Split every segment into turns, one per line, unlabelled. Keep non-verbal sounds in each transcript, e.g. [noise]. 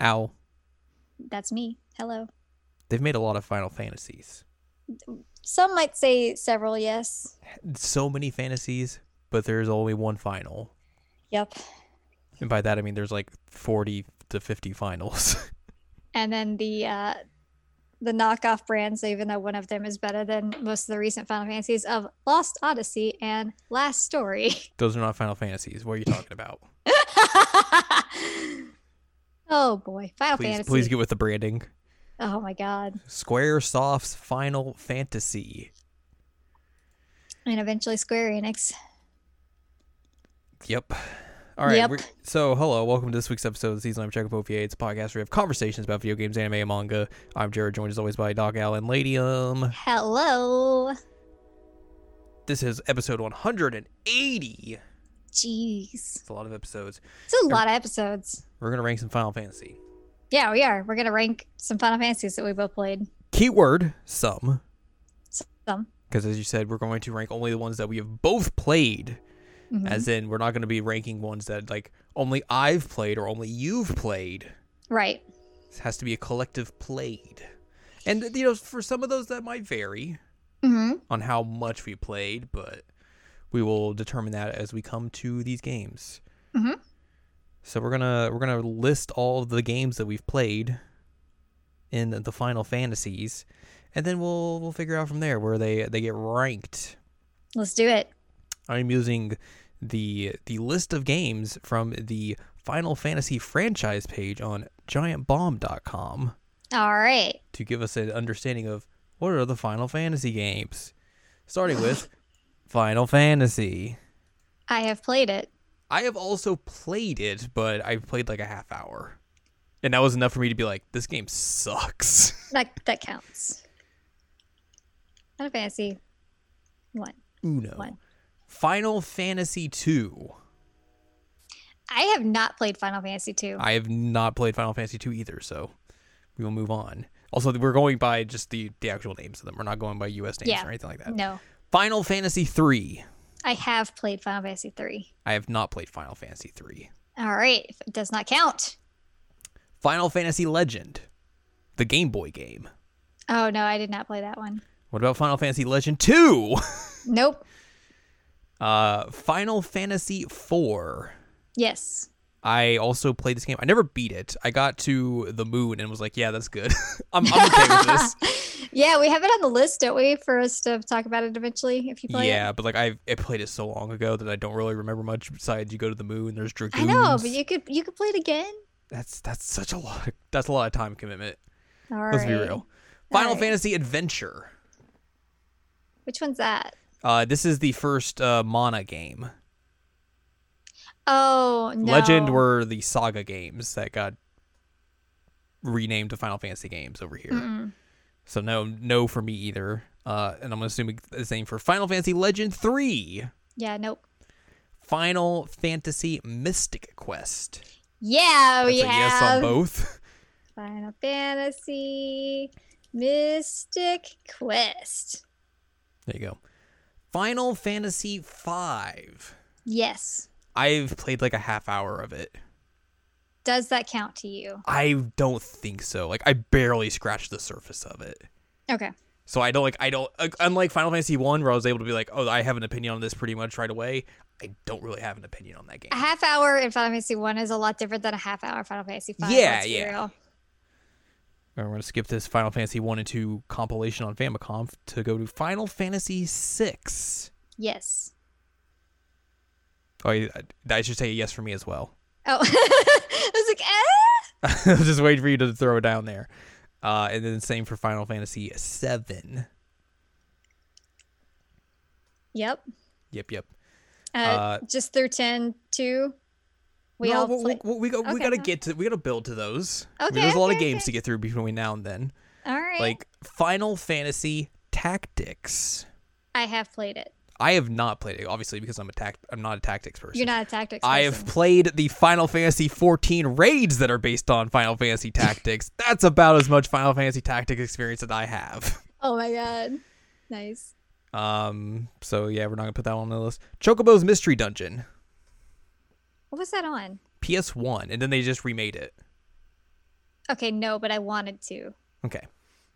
Ow.
That's me. Hello.
They've made a lot of Final Fantasies.
Some might say several, yes.
So many fantasies, but there's only one final.
Yep.
And by that I mean there's like 40 to 50 finals. [laughs]
And then the uh the knockoff brands, even though one of them is better than most of the recent Final Fantasies of Lost Odyssey and Last Story. [laughs]
Those are not Final Fantasies. What are you talking about?
oh boy. Final
Please
Fantasy.
please get with the branding.
oh my god.
Squaresoft's Final Fantasy.
And eventually Square Enix.
Yep. All right.
Yep.
we're- So, hello. Welcome to this week's episode of the Season Live Check of OPA. It's a podcast where we have conversations about video games, anime, and manga. I'm Jared, joined as always by Doc Allen Ladium.
Hello.
This is episode 180.
Jeez.
It's a lot of episodes.
It's a lot of episodes.
We're going to rank some Final Fantasy.
Yeah, we are. We're gonna rank some Final Fantasies that we both played.
Keyword some.
Some.
Because, as you said, we're going to rank only the ones that we have both played.
Mhm.
As in, we're not going to be ranking ones that, like, only I've played or only you've played.
Right.
This has to be a collective played. And, you know, for some of those, that might vary.
hmm
on how much we played, but we will determine that as we come to these games.
Mhm.
So we're gonna we're gonna list all of the games that we've played in the Final Fantasies, and then we'll we'll figure out from there where they they get ranked.
Let's do it.
I'm using the the list of games from the Final Fantasy franchise page on GiantBomb.com
All right.
to give us an understanding of what are the Final Fantasy games.
[laughs]
Starting with Final Fantasy.
I have played it.
I have also played it, but I played like a half hour. And that was enough for me to be like, this game sucks. [laughs]
That that counts. Final Fantasy one.
Uno.
One.
Final Fantasy 2.
I have not played Final Fantasy two.
I have not played Final Fantasy 2 either, so we will move on. Also, we're going by just the, the actual names of them. We're not going by US names
Yeah.
or anything like that.
no,
Final Fantasy 3.
I have played Final Fantasy three.
I have not played Final Fantasy 3.
All right, if it does not count.
Final Fantasy Legend, the Game Boy game.
Oh no, I did not play that one.
What about Final Fantasy Legend 2?
Nope.
[laughs] Uh, Final Fantasy 4.
Yes.
I also played this game. I never beat it. I got to the moon and was like, yeah, that's good. [laughs] I'm, I'm okay with
[laughs]
this.
Yeah, we have it on the list, don't we, for us to talk about it eventually if you play
yeah,
it.
but like I, I played it so long ago that I don't really remember much besides you go to the moon, there's
I
dragoons.
know, but you could you could play it again.
That's that's such a lot of, that's a lot of time commitment.
All right.
Let's be real. Final
right.
Fantasy Adventure.
Which one's that?
Uh, this is the first uh, Mana game.
Oh no.
Legend were the Saga games that got renamed to Final Fantasy games over here.
Mm-mm.
So no, no for me either. Uh, and I'm assuming the same for Final Fantasy Legend three,
Yeah. Nope.
Final Fantasy Mystic Quest.
Oh, Yeah,
That's
we
a yes on
have.
both. [laughs]
Final Fantasy Mystic Quest.
There you go. Final Fantasy five.
Yes.
I've played like a half hour of it.
Does that count to you?
I don't think so. Like I barely scratched the surface of it.
Okay.
So I don't like I don't uh, unlike Final Fantasy 1 where I was able to be like, "Oh, I have an opinion on this pretty much right away." I don't really have an opinion on that game.
A half hour in Final Fantasy One is a lot different than a half hour in Final Fantasy Five.
Yeah,
let's be
yeah.
real.
We're going to skip this Final Fantasy 1 and 2 compilation on Famicom to go to Final Fantasy 6.
Yes.
Oh, I, I should say yes for me as well. [laughs]
Oh, [laughs] I was like, ah!
I'm just waiting for you to throw it down there. Uh, and then same for Final Fantasy 7.
Yep.
Yep, yep.
Uh,
Uh,
just through 10 to. We
No,
all
we-
play.
we, we, go- we
Okay.
got to get to we got to build to those. I mean,
Okay,
there's a lot of
okay,
games
okay.
to get through between now and then.
all right.
Like Final Fantasy Tactics.
I have played it.
I have not played it obviously because I'm a tact- I'm not a tactics person.
You're not a tactics.
I have
person.
played the Final Fantasy 14 raids that are based on Final Fantasy
[laughs]
Tactics. That's about as much Final Fantasy Tactics experience that I have.
Oh my god. Nice.
Um, so yeah, we're not gonna put that one on the list. Chocobo's Mystery Dungeon,
What was that on?
PS1, and then they just remade it.
Okay, no, but I wanted to.
Okay.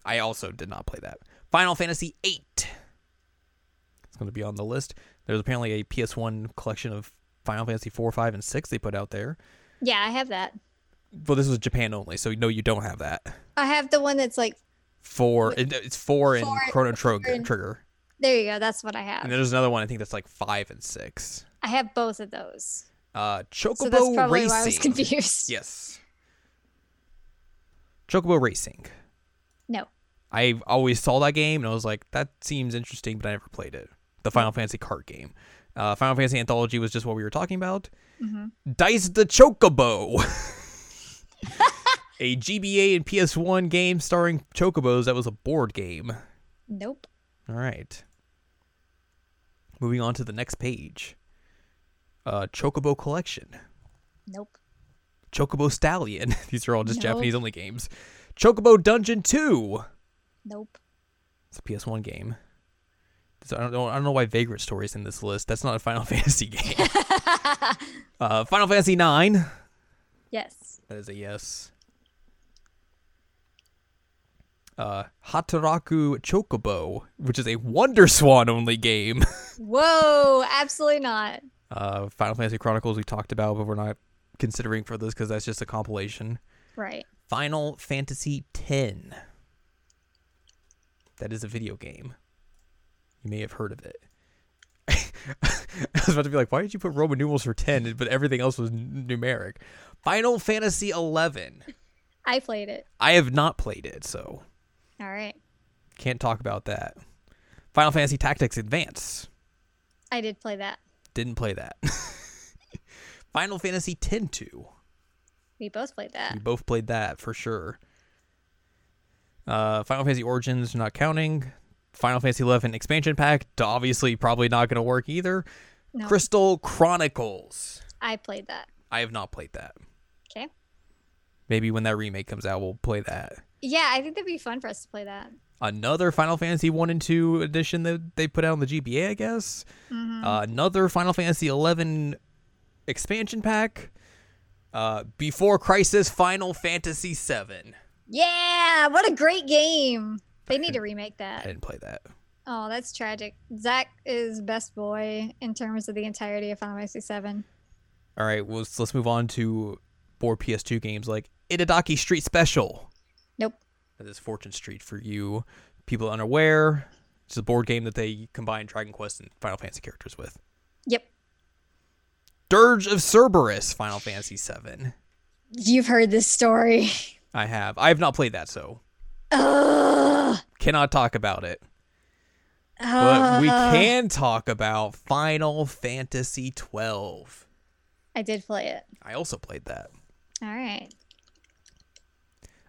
I also did not play that. Final Fantasy VIII. It's going to be on the list. There's apparently a PS1 collection of Final Fantasy 4, 5, and 6 they put out there.
Yeah, I have that.
Well, this was Japan only, so no, you don't have that.
I have the one that's like
Four, it- it's four and
Four and-
Chrono Trigger.
and-
Trigger.
there you go, that's what I
And
have.
then there's another one I think that's like five and six.
I have both of those.
Uh, Chocobo
So that's probably
Racing.
why I was confused.
Yes. Chocobo Racing.
No.
I always saw that game and I was like, that seems interesting, but I never played it. The
Mm-hmm.
Final Fantasy card game. Uh, Final Fantasy Anthology was just what we were talking about.
Mhm.
Dice the Chocobo. [laughs] a GBA and PS1 game starring Chocobos that was a board game.
Nope.
All right. Moving on to the next page. Uh, Chocobo Collection.
Nope.
Chocobo Stallion. [laughs] These are all just
No.
Japanese only games. Chocobo Dungeon 2.
Nope.
It's a PS1 game. So I don't know. I don't know why Vagrant Story is in this list. That's not a Final [laughs] Fantasy game. uh, Final Fantasy Nine.
Yes.
That is a yes. Uh, Hataraku Chocobo, which is a Wonder Swan only game.
Whoa, absolutely not.
Uh, Final Fantasy Chronicles we talked about, but we're not considering for this because that's just a compilation.
Right.
Final Fantasy X. That is a video game. You may have heard of it. [laughs] I was about to be like, why did you put Roman numerals for 10? But everything else was n- numeric. Final Fantasy 11.
I played it.
I have not played it, so
All right.
can't talk about that. Final Fantasy Tactics Advance.
I did play that.
Didn't play that. [laughs] Final Fantasy 10 2.
We both played
We
that.
both played that for sure. Uh, Final Fantasy Origins not counting. Final Fantasy Eleven expansion pack d- obviously probably not going to work either.
No,
Crystal Chronicles.
I played that.
I have not played that.
Okay.
Maybe when that remake comes out, we'll play that.
Yeah, I think that'd be fun for us to play that.
Another Final Fantasy One and Two edition that they put out on the GBA, I guess. Uh, another Final Fantasy Eleven expansion pack. Uh, Before Crisis, Final Fantasy Seven.
Yeah, what a great game. They need to remake
I [laughs]
that.
didn't play that.
Oh, that's tragic. Zach is best boy in terms of the entirety of Final Fantasy VII.
All right, well, let's, let's move on to more PS2 games like Itadaki Street Special.
Nope.
That is Fortune Street for you people unaware. It's a board game that they combine Dragon Quest and Final Fantasy characters with.
Yep.
Dirge of Cerberus, Final Fantasy VII.
You've heard this story.
I have. I have not played that, so
Ugh.
cannot talk about it. But
Ugh.
we can talk about Final Fantasy twelve.
I did play it.
I also played that.
All right.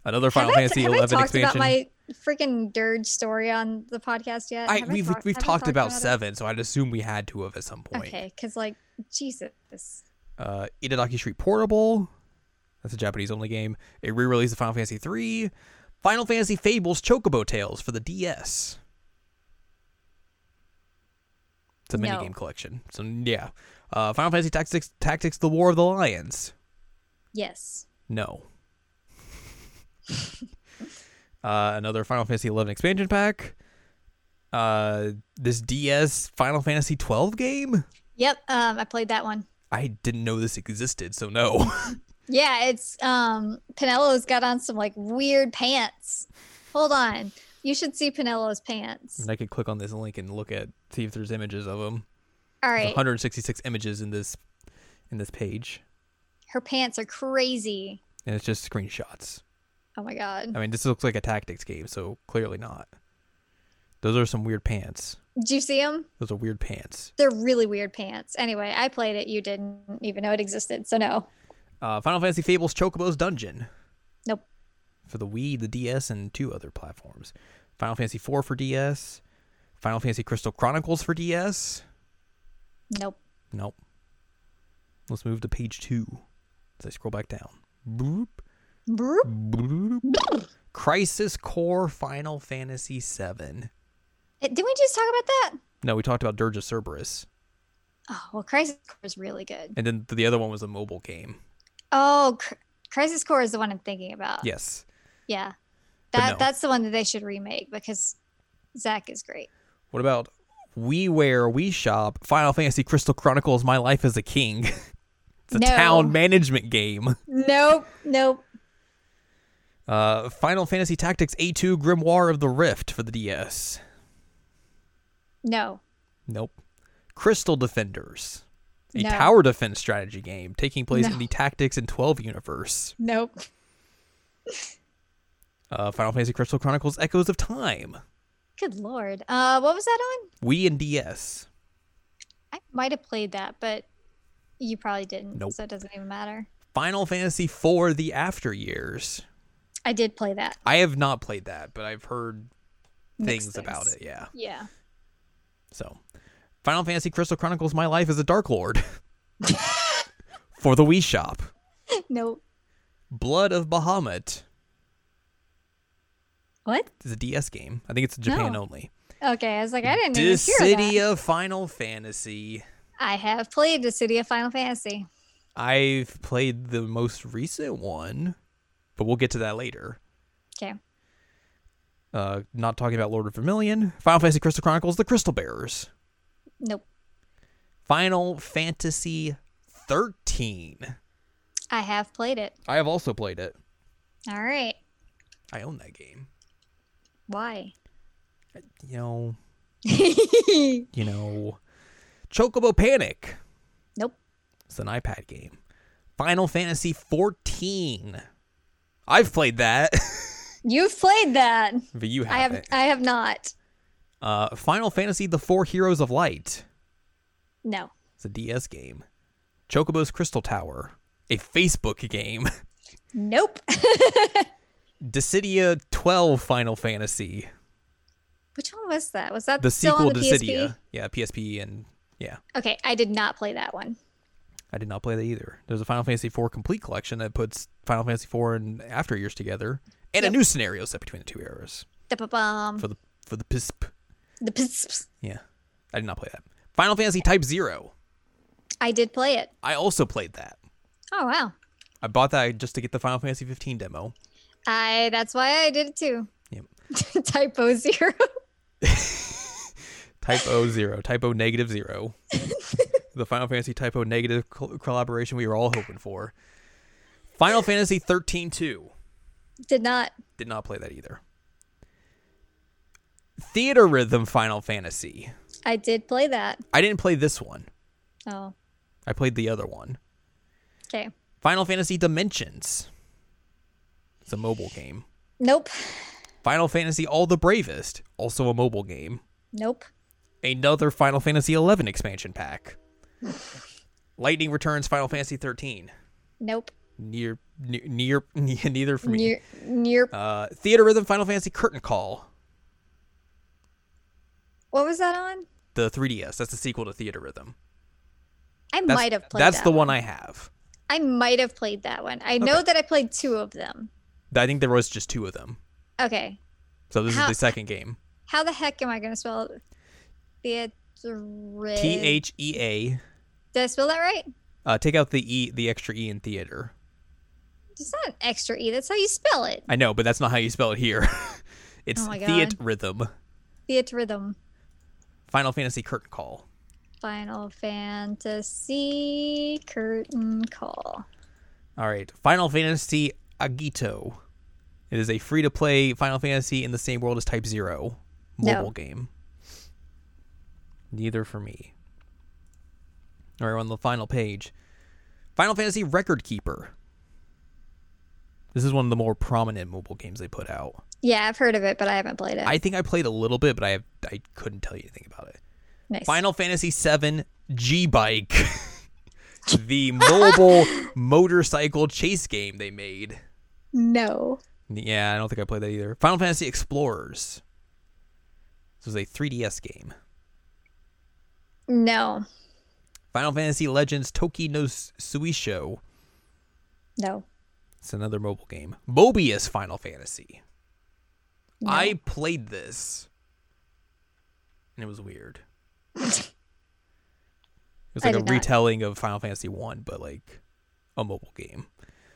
Another Final
have
Fantasy
I, have I
eleven
talked
expansion.
about my freaking dirge story on the podcast yet?
I,
Have
we've
talked-
we've
have I
talked about,
it?
seven, so I'd assume we had to have at some point.
Okay, because like Jesus.
uh, Itadaki Street Portable. That's a Japanese only game. A re release of Final Fantasy III. Final Fantasy Fables Chocobo Tales for the DS. It's a
No.
minigame collection. So, yeah. Uh, Final Fantasy Tactics, Tactics The War of the Lions.
Yes.
No. uh, another Final Fantasy XI expansion pack. Uh, this DS Final Fantasy XII game?
Yep. Um, I played that one.
I didn't know this existed, so no. [laughs]
Yeah, it's um Penelo's got on some like weird pants. Hold on. You should see Penelo's pants.
And I could click on this link and look at see if there's images of them.
All right.
166 images in this in this page,
Her pants are crazy.
and it's just screenshots.
Oh my god.
I mean, this looks like a tactics game, so clearly not. Those are some weird pants.
Did you see them?
Those are weird pants.
They're really weird pants. Anyway, I played it. You didn't even know it existed. So no.
Uh, Final Fantasy Fables Chocobo's Dungeon.
Nope.
For the Wii, the DS, and two other platforms. Final Fantasy IV for DS. Final Fantasy Crystal Chronicles for DS.
Nope.
Nope. Let's move to page two. As I scroll back down. Boop.
Broop.
Crisis Core Final Fantasy VII.
Eh, Didn't we just talk about that?
No, we talked about Dirge of Cerberus,
Oh, well, Crisis Core is really good.
and then the other one was a mobile game.
Oh, Cr- Crisis Core is the one I'm thinking about.
Yes.
Yeah.
But
That
no.
that's the one that they should remake because Zack is great.
What about We Wear, We Shop, Final Fantasy Crystal Chronicles, My Life as a King? it's a [laughs]
No.
town management game.
Nope, nope.
Uh, Final Fantasy Tactics A2 Grimoire of the Rift for the DS.
No.
Nope. Crystal Defenders, a
No.
tower defense strategy game taking place
No.
in the Tactics and 12 universe.
Nope.
Uh, Final Fantasy Crystal Chronicles Echoes of Time,
Good lord. Uh what was that on?
Wii and DS.
I might have played that, but you probably didn't.
Nope.
So it doesn't even matter.
Final Fantasy IV The After Years.
I did play that.
I have not played that, but I've heard
Mixed
things about
things.
it. Yeah.
Yeah.
So, Final Fantasy Crystal Chronicles My Life as a Dark
[laughs]
Lord for the Wii Shop.
[laughs] nope.
Blood of Bahamut
What?
is a DS game. I think it's Japan
No.
only.
Okay, I was like, I didn't
The
even hear
City
that.
of Final Fantasy.
I have played the City of Final Fantasy.
I've played the most recent one, but we'll get to that later.
Okay.
Uh, not talking about Lord of Vermilion. Final Fantasy Crystal Chronicles: The Crystal Bearers.
Nope.
Final Fantasy thirteen.
I have played it.
I have also played it.
All right.
I own that game.
Why?
You
[laughs]
know,
nope.
you know, Chocobo Panic. It's an iPad game. Final Fantasy fourteen. I've played that, [laughs]
You've played that.
but you
I have
haven't.
I have not.
Uh, Final Fantasy: The Four Heroes of Light.
No.
It's a DS game. Chocobo's Crystal Tower, a Facebook game. [laughs]
Nope. [laughs]
Dissidia 12 Final Fantasy,
Which one was that? Was that
the
still
sequel
on
to
the
Dissidia.
PSP?
Yeah, PSP and yeah.
Okay, I did not play that one.
I did not play that either. There's a Final Fantasy IV complete collection that puts Final Fantasy IV and After Years together, and
Yep.
a new scenario set between the two eras
Da-ba-bum.
for the for the PSP.
The pss-
Yeah, I did not play that. Final Fantasy Type Zero.
I did play it.
I also played that.
Oh wow.
I bought that just to get the Final Fantasy 15 demo.
I that's why I did it too.
Yep.
[laughs] Typo zero.
Type O zero, type O negative zero. the Final Fantasy type O negative col- collaboration we were all hoping for. Final Fantasy 13 2.
did not.
Did not play that either. Theater Rhythm Final Fantasy.
I did play that.
I didn't play this one.
Oh.
I played the other one.
Okay.
Final Fantasy Dimensions. It's a mobile game.
Nope.
Final Fantasy All the Bravest, also a mobile game.
Nope.
Another Final Fantasy 11 expansion pack. [laughs] Lightning Returns Final Fantasy 13.
Nope.
near near, near [laughs] neither for me.
Near near
Uh, Theater Rhythm Final Fantasy Curtain Call,
what was that on?
the 3DS. That's the sequel to Theater Rhythm.
I
That's,
might have played
That's
that
the one I have.
I might have played that one. I know that I played two of them.
I think there was just two of them.
Okay.
So this
How-
is the second game.
How the heck am I going to spell it? Theatre.
T H E A.
Did I spell that right?
Uh, take out the e, the extra e in theater.
It's not an extra E. That's how you spell it.
I know, but that's not how you spell it here. [laughs] it's
Oh my God.
Theat Rhythm.
Theatre rhythm.
Final Fantasy Curtain Call.
Final Fantasy curtain call.
All right, Final Fantasy Agito. It is a free to play Final Fantasy in the same world as Type Zero
No.
mobile game. Neither for me. All right, we're on the final page. Final Fantasy Record Keeper. This is one of the more prominent mobile games they put out.
Yeah, I've heard of it, but I haven't played it.
I think I played a little bit, but I have, I couldn't tell you anything about it.
nice.
Final Fantasy VII G [laughs] Bike, the
[laughs]
mobile motorcycle chase game they made.
No.
Yeah, I don't think I played that either. Final Fantasy Explorers. This was a 3DS game.
No.
Final Fantasy Legends Toki no Su- Suisho.
No.
It's another mobile game. Mobius Final Fantasy.
No.
I played this. And it was
[laughs]
weird. it was
I
like a
did not.
retelling of Final Fantasy 1, but like a mobile game.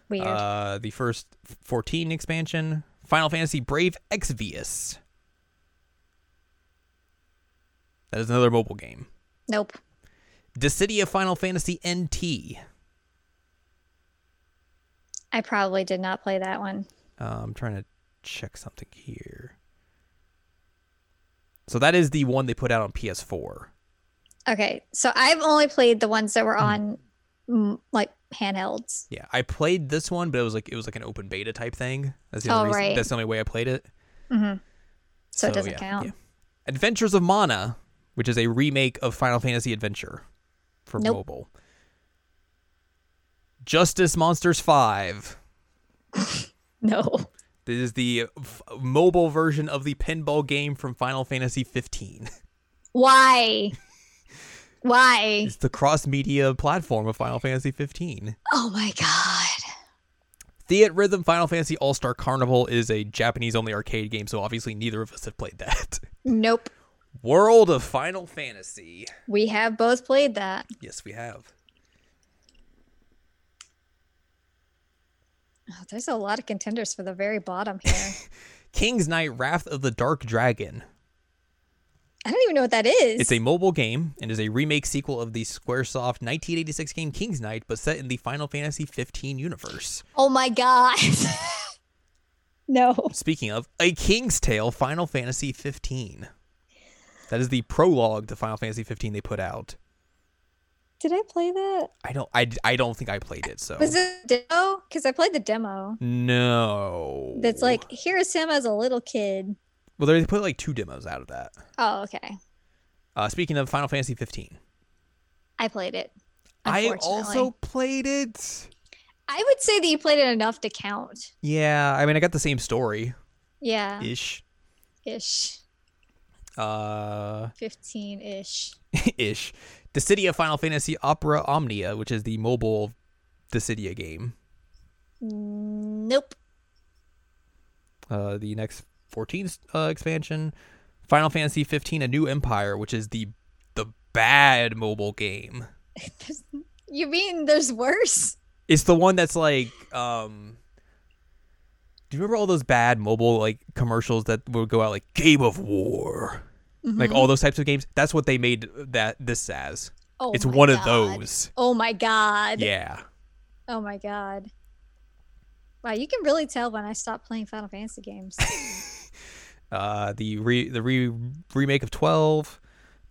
Weird.
Uh, the first 14 expansion, Final Fantasy Brave Exvius. That is another mobile game.
nope.
Dissidia Final Fantasy NT.
I probably did not play that one.
Uh, I'm trying to check something here. So that is the one they put out on PS4.
Okay, so I've only played the ones that
Hmm.
were on mm, like handhelds.
Yeah, I played this one, but it was like it was like an open beta type thing. That's the
Oh,
only reason,
right.
That's the only way I played it.
So, it doesn't
yeah,
count.
yeah. Adventures of Mana, which is a remake of Final Fantasy Adventure for
Nope.
mobile. Justice Monsters 5.
No.
This is the f- mobile version of the pinball game from Final Fantasy 15.
Why? Why?
[laughs] It's the cross-media platform of Final Fantasy 15.
Oh my god.
Theat Rhythm Final Fantasy All-Star Carnival is a Japanese-only arcade game, so obviously neither of us have played that. [laughs]
Nope.
World of Final Fantasy.
We have both played that.
Yes, we have.
Oh, there's a lot of contenders for the very bottom
[laughs]
here.
King's Knight Wrath of the Dark Dragon.
I don't even know what that is.
It's a mobile game and is a remake sequel of the Squaresoft 1986 game King's Knight, but set in the Final Fantasy 15 universe.
oh my god. [laughs] no.
Speaking of, A King's Tale Final Fantasy 15. That is the prologue to Final Fantasy 15 they put out.
Did I play that?
I don't I, I don't think I played it, so
Was it a demo? Because I played the demo.
no.
That's like here's him as a little kid.
Well, they put like two demos out of that.
Oh, okay.
Uh, speaking of Final Fantasy 15.
I played it.
I
unfortunately.
also played it.
I would say that you played it enough to count.
Yeah, I mean I got the same story
Yeah.
ish.
Ish.
Uh
15 ish.
ish. Dissidia Final Fantasy Opera Omnia, which is the mobile Dissidia game.
Nope.
Uh, the next 14 uh, expansion, Final Fantasy 15: A New Empire, which is the the bad mobile game.
There's- you mean there's worse?
It's the one that's like, um, do you remember all those bad mobile like commercials that would go out like Game of War,
Mm-hmm.
like all those types of games? That's what they made that this as.
Oh,
it's
my
one of
God.
those.
Oh my God.
Yeah.
Oh my God. Wow, you can really tell when I stopped playing Final Fantasy games.
[laughs] uh, the re the re remake of twelve,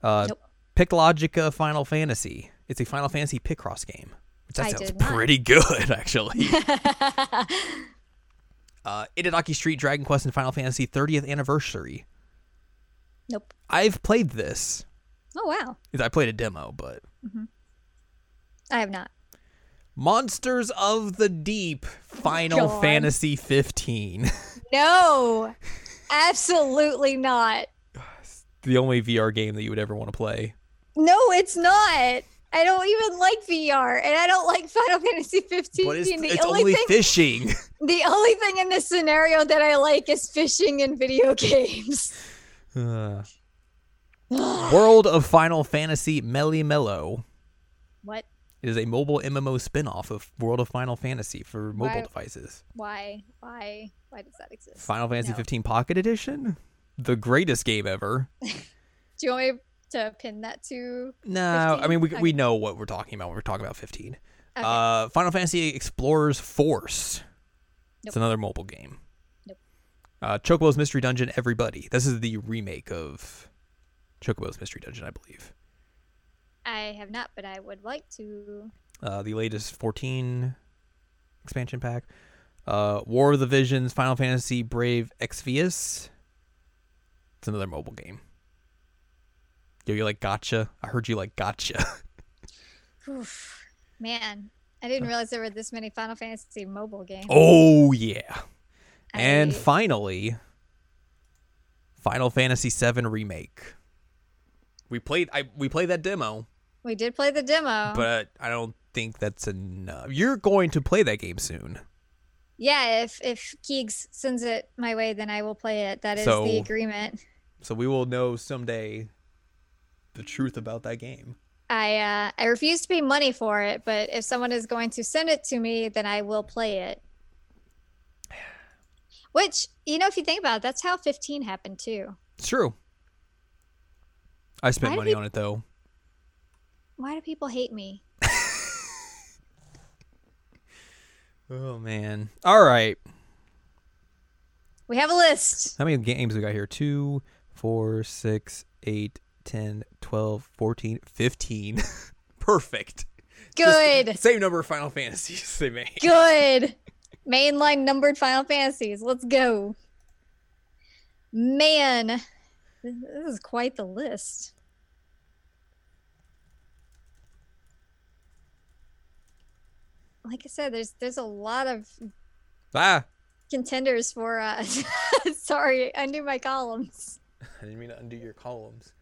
uh,
Nope.
Picklogica Final Fantasy. It's a Final Fantasy Picross game. Which that
I
sounds
did not.
pretty good, [laughs]
[laughs]
actually. uh, Itadaki Street Dragon Quest and Final Fantasy 30th Anniversary.
nope.
I've played this.
Oh, wow.
I played a demo, but
I have not.
Monsters of the Deep Final
God.
Fantasy 15.
No, absolutely not.
[laughs] the only VR game that you would ever want to play.
No, it's not. I don't even like VR, and I don't like Final [laughs] Fantasy 15.
But it's,
the
it's
only,
only
thing,
fishing.
the only thing in this scenario that I like is fishing in video [laughs] games.
Uh, World of Final Fantasy Melee Mellow.
What?
It is a mobile MMO spin-off of World of Final Fantasy for mobile
Why-
devices.
Why? Why? Why does that exist?
Final Fantasy
No.
15 Pocket Edition? The greatest game ever.
Do you want me to pin that to?
No, I mean we,
15?
we know what we're talking about when we're talking about 15.
Okay.
Uh Final Fantasy Explorers Force. It's
Nope.
another mobile game.
Nope.
Uh Chocobo's Mystery Dungeon Everybody. This is the remake of Chocobo's Mystery Dungeon, I believe.
I have not, but I would like to.
uh, the latest 14 expansion pack. Uh, War of the Visions, Final Fantasy Brave Exvius. It's another mobile game. Yo, you like gotcha? I heard you like gotcha. [laughs]
Oof. Man, I didn't realize there were this many Final Fantasy mobile games.
oh, yeah. And
I-
finally, Final Fantasy VII Remake. We played I we played that demo,
we did play the demo.
but I don't think that's enough. You're going to play that game soon.
yeah, if if Keegs sends it my way, then I will play it. That is
So-
the agreement.
So we will know someday the truth about that game.
I uh, I refuse to pay money for it, but if someone is going to send it to me, then I will play
[sighs]
it. Which you know, if you think about it, that's how 15 happened too.
It's true. I spent
Why do
money
peop-
on it though.
Why do people hate me?
Oh man. All right.
We have a list.
How many games we got here? Two, four, six, eight, ten, twelve, fourteen, fifteen. [laughs] Perfect. Just
Good,
Same number of Final Fantasies [laughs] they made.
good. Mainline numbered Final Fantasies. Let's go. Man, this this is quite the list. Like I said, there's there's a lot of
Ah,
contenders for uh [laughs] sorry undo my columns
I didn't mean to undo your columns.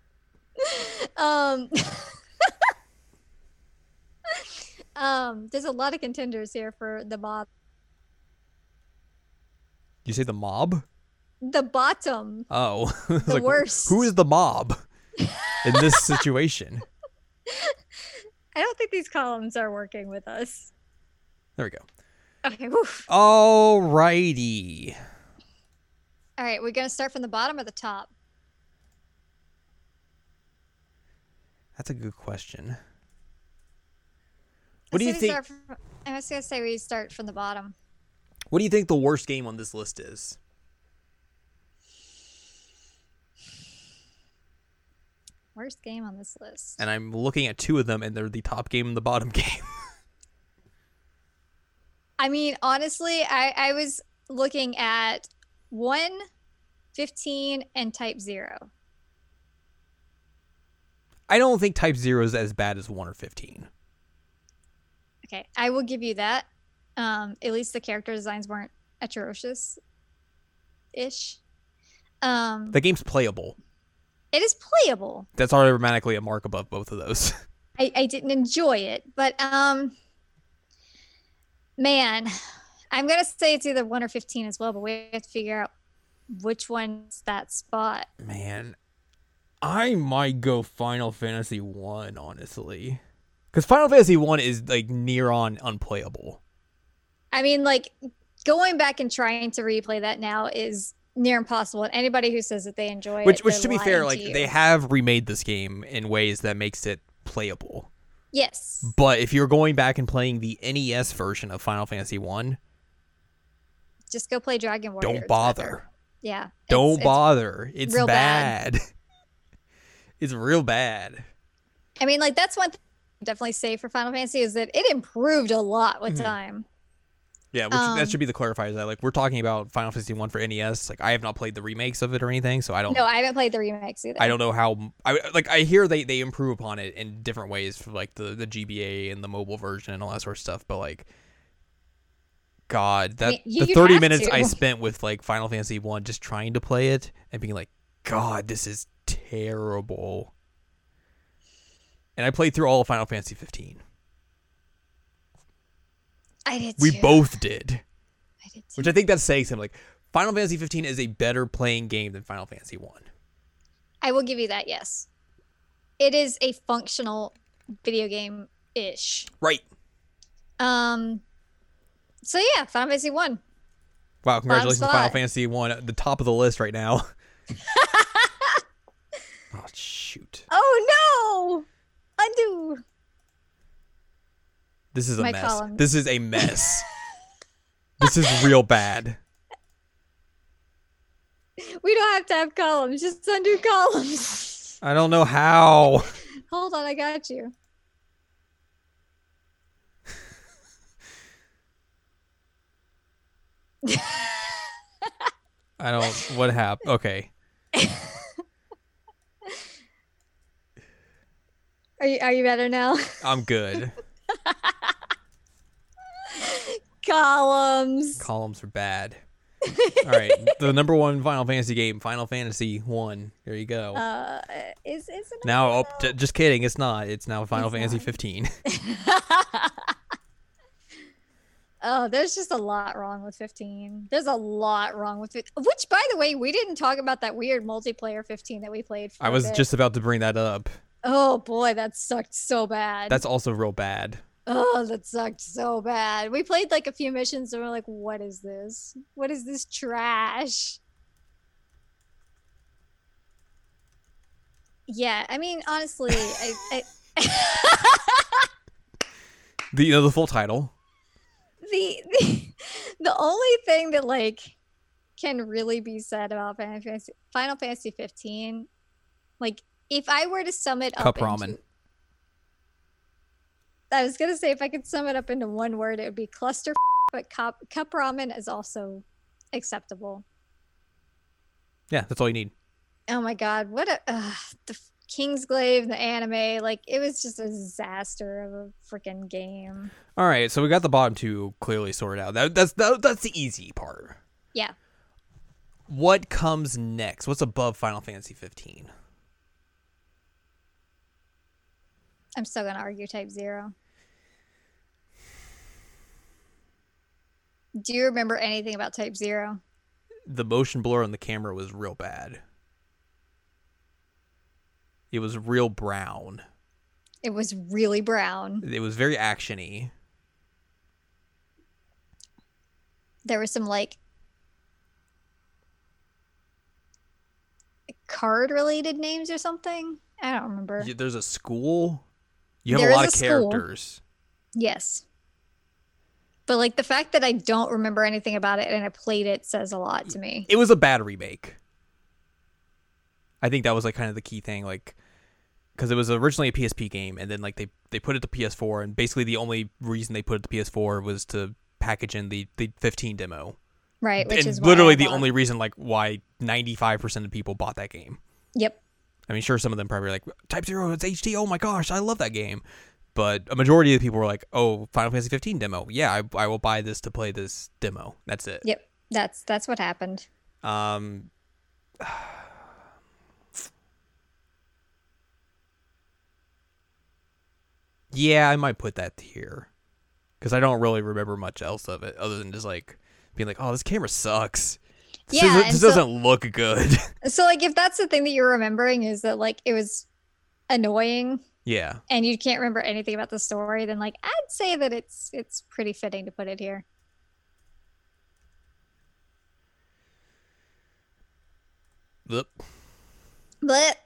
um [laughs] um there's a lot of contenders here for the bot
You say the mob?
the bottom
Oh, [laughs] It's
The
like, wh-
worst.
Who is the mob in
[laughs]
this situation?
i don't think these columns are working with us
There we go.
okay woof.
Alrighty.
all right we're gonna start from the bottom or the top
That's a good question. What do
I
you
say we
think?
start from- i was gonna say we start from the bottom
What do you think the worst game on this list is?
worst game on this list
And I'm looking at two of them, and they're the top game and the bottom [laughs] game.
I mean, honestly, I, I was looking at 1, 15, and type 0.
I don't think Type Zero is as bad as one or fifteen.
Okay, I will give you that. Um, at least the character designs weren't atrocious ish. Um,
The game's playable.
it is playable.
That's automatically a mark above both of those. [laughs]
I, I didn't enjoy it, but um, man, I'm gonna say it's either one or fifteen as well. But we have to figure out which one's that spot.
Man, I might go Final Fantasy One honestly, because Final Fantasy One is like near on unplayable.
I mean, like going back and trying to replay that now is near impossible. And anybody who says that they enjoy
Which,
it,
which
they're
to be fair, like
lying to you.
they have remade this game in ways that makes it playable.
yes,
But if you're going back and playing the NES version of Final Fantasy One,
just go play Dragon Warrior.
don't
it's better.
bother.
Yeah, it's-
Don't
it's-
bother. It's
real
bad.
bad.
[laughs] it's real bad.
I mean, like that's one thing I definitely say for Final Fantasy is that it improved a lot with
Mhm.
time.
Yeah, which,
Um,
that should be the clarifier. Is that like we're talking about Final Fantasy One for NES? Like I have not played the remakes of it or anything, so I don't.
No, I haven't played the remakes either.
I don't know how. I like. I hear they they improve upon it in different ways for like the the GBA and the mobile version and all that sort of stuff. But like, God, that
mean, you-
the
you
thirty
have
minutes I
to. [laughs]
spent with like Final Fantasy One just trying to play it and being like, God, this is terrible. And I played through all of Final Fantasy fifteen.
I did.
We
too.
both did.
I did too.
which I think that's saying something. Like Final Fantasy 15 is a better playing game than Final Fantasy 1.
I will give you that. Yes, it is a functional video game ish.
Right.
Um. So yeah, Final Fantasy one.
Wow, congratulations to
Bottom
Final
slot.
Fantasy 1 at the top of the list right now. [laughs] oh shoot.
Oh no! Undo.
This is a
My
mess.
column.
This
[laughs]
is a mess. this is real bad.
We don't have to have columns. Just undo [laughs] columns.
I don't know how.
Hold on, I got you.
I don't what happened. Okay.
Are you Are you better now? [laughs]
I'm good.
columns.
Columns are bad. All right. The number 1 Final Fantasy game, Final Fantasy 1. There you go.
uh, is is it
now, oh, j- just kidding. It's not. It's now Final
It's
Fantasy
not.
15.
Oh, there's just a lot wrong with 15. There's a lot wrong with it. Which, by the way, we didn't talk about that weird multiplayer 15 that we played. For
I
a
was
bit.
just about to bring that up.
Oh boy, that sucked so bad.
That's also real bad.
oh, that sucked so bad. We played like a few missions and we're like, what is this? What is this trash? Yeah, I mean, honestly, I,
[laughs]
I
The you know, the full title.
the, the [laughs] the only thing that like can really be said about Final Fantasy Final Fantasy 15 like if I were to sum it
Cup
up into-
ramen.
I was going to say if I could sum it up into one word it would be cluster but cup, cup ramen is also acceptable.
Yeah, that's all you need.
Oh my god, what a ugh, the f- Kingsglaive the anime like it was just a disaster of a freaking game.
All right, so we got the bottom two clearly sorted out. That, that's that, that's the easy part.
Yeah.
What comes next? What's above Final Fantasy 15?
I'm still gonna argue Type Zero. Do you remember anything about Type Zero?
The motion blur on the camera was real bad. It was real brown.
It was really brown.
It was very actiony.
There was some like card related names or something. I don't remember.
Y- There's a school. You have
There
a
is
lot
a
of
school.
characters.
Yes. But like the fact that I don't remember anything about it and I played it says a lot to me.
It was a bad remake. I think that was like kind of the key thing, like because it was originally a PSP game, and then like they they put it to PS4, and basically the only reason they put it to PS4 was to package in the the 15 demo,
Right. Which
and
is why I
literally the
bought-
only reason like why 95 percent of people bought that game.
Yep.
I mean, sure, some of them probably were like Type Zero, it's HD. Oh my gosh, I love that game. But a majority of the people were like, "Oh, Final Fantasy 15 demo. Yeah, I, I will buy this to play this demo. That's it."
Yep. That's that's what happened.
Um, [sighs] yeah, I might put that here because I don't really remember much else of it other than just like being like, "Oh, this camera sucks. This,
Yeah,
doesn't,
and
this
so-
doesn't look good." [laughs]
So like if that's the thing that you're remembering is that like it was annoying
yeah,
and you can't remember anything about the story, then like I'd say that it's it's pretty fitting to put it here.
Blip.
But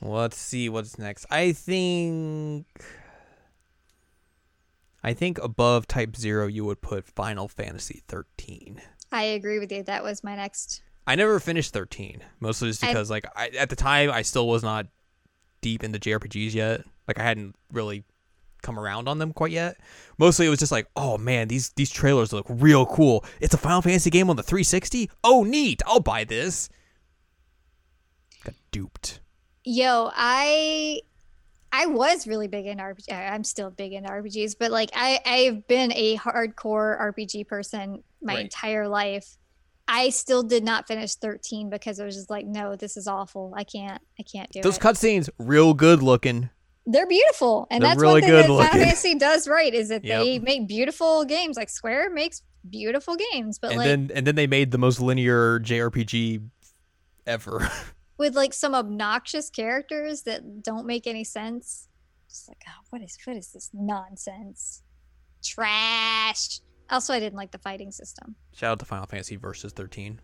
Let's see what's next. I think I think above Type 0 you would put Final Fantasy 13.
I agree with you. That was my next
I never finished 13, mostly just
I-
because like I, at the time I still was not deep into JRPGs yet. Like I hadn't really come around on them quite yet. Mostly it was just like, "Oh man, these these trailers look real cool. It's a Final Fantasy game on the 360? Oh neat. I'll buy this." Got duped.
Yo, I I was really big in RPG. I'm still big in RPGs, but like I I've been a hardcore RPG person my
Right.
entire life. I still did not finish 13 because I was just like, no, this is awful. I can't I can't do
Those
it.
cutscenes real good looking.
They're beautiful, and
They're
that's
really
one thing
good
that
looking.
Final Fantasy does right is that
Yep.
they make beautiful games. Like Square makes beautiful games, but
and
like
then and then they made the most linear JRPG ever. [laughs]
with like some obnoxious characters that don't make any sense. Just like, oh, what is what is this nonsense? Trash. Also, I didn't like the fighting system.
Shout out to Final Fantasy Versus 13.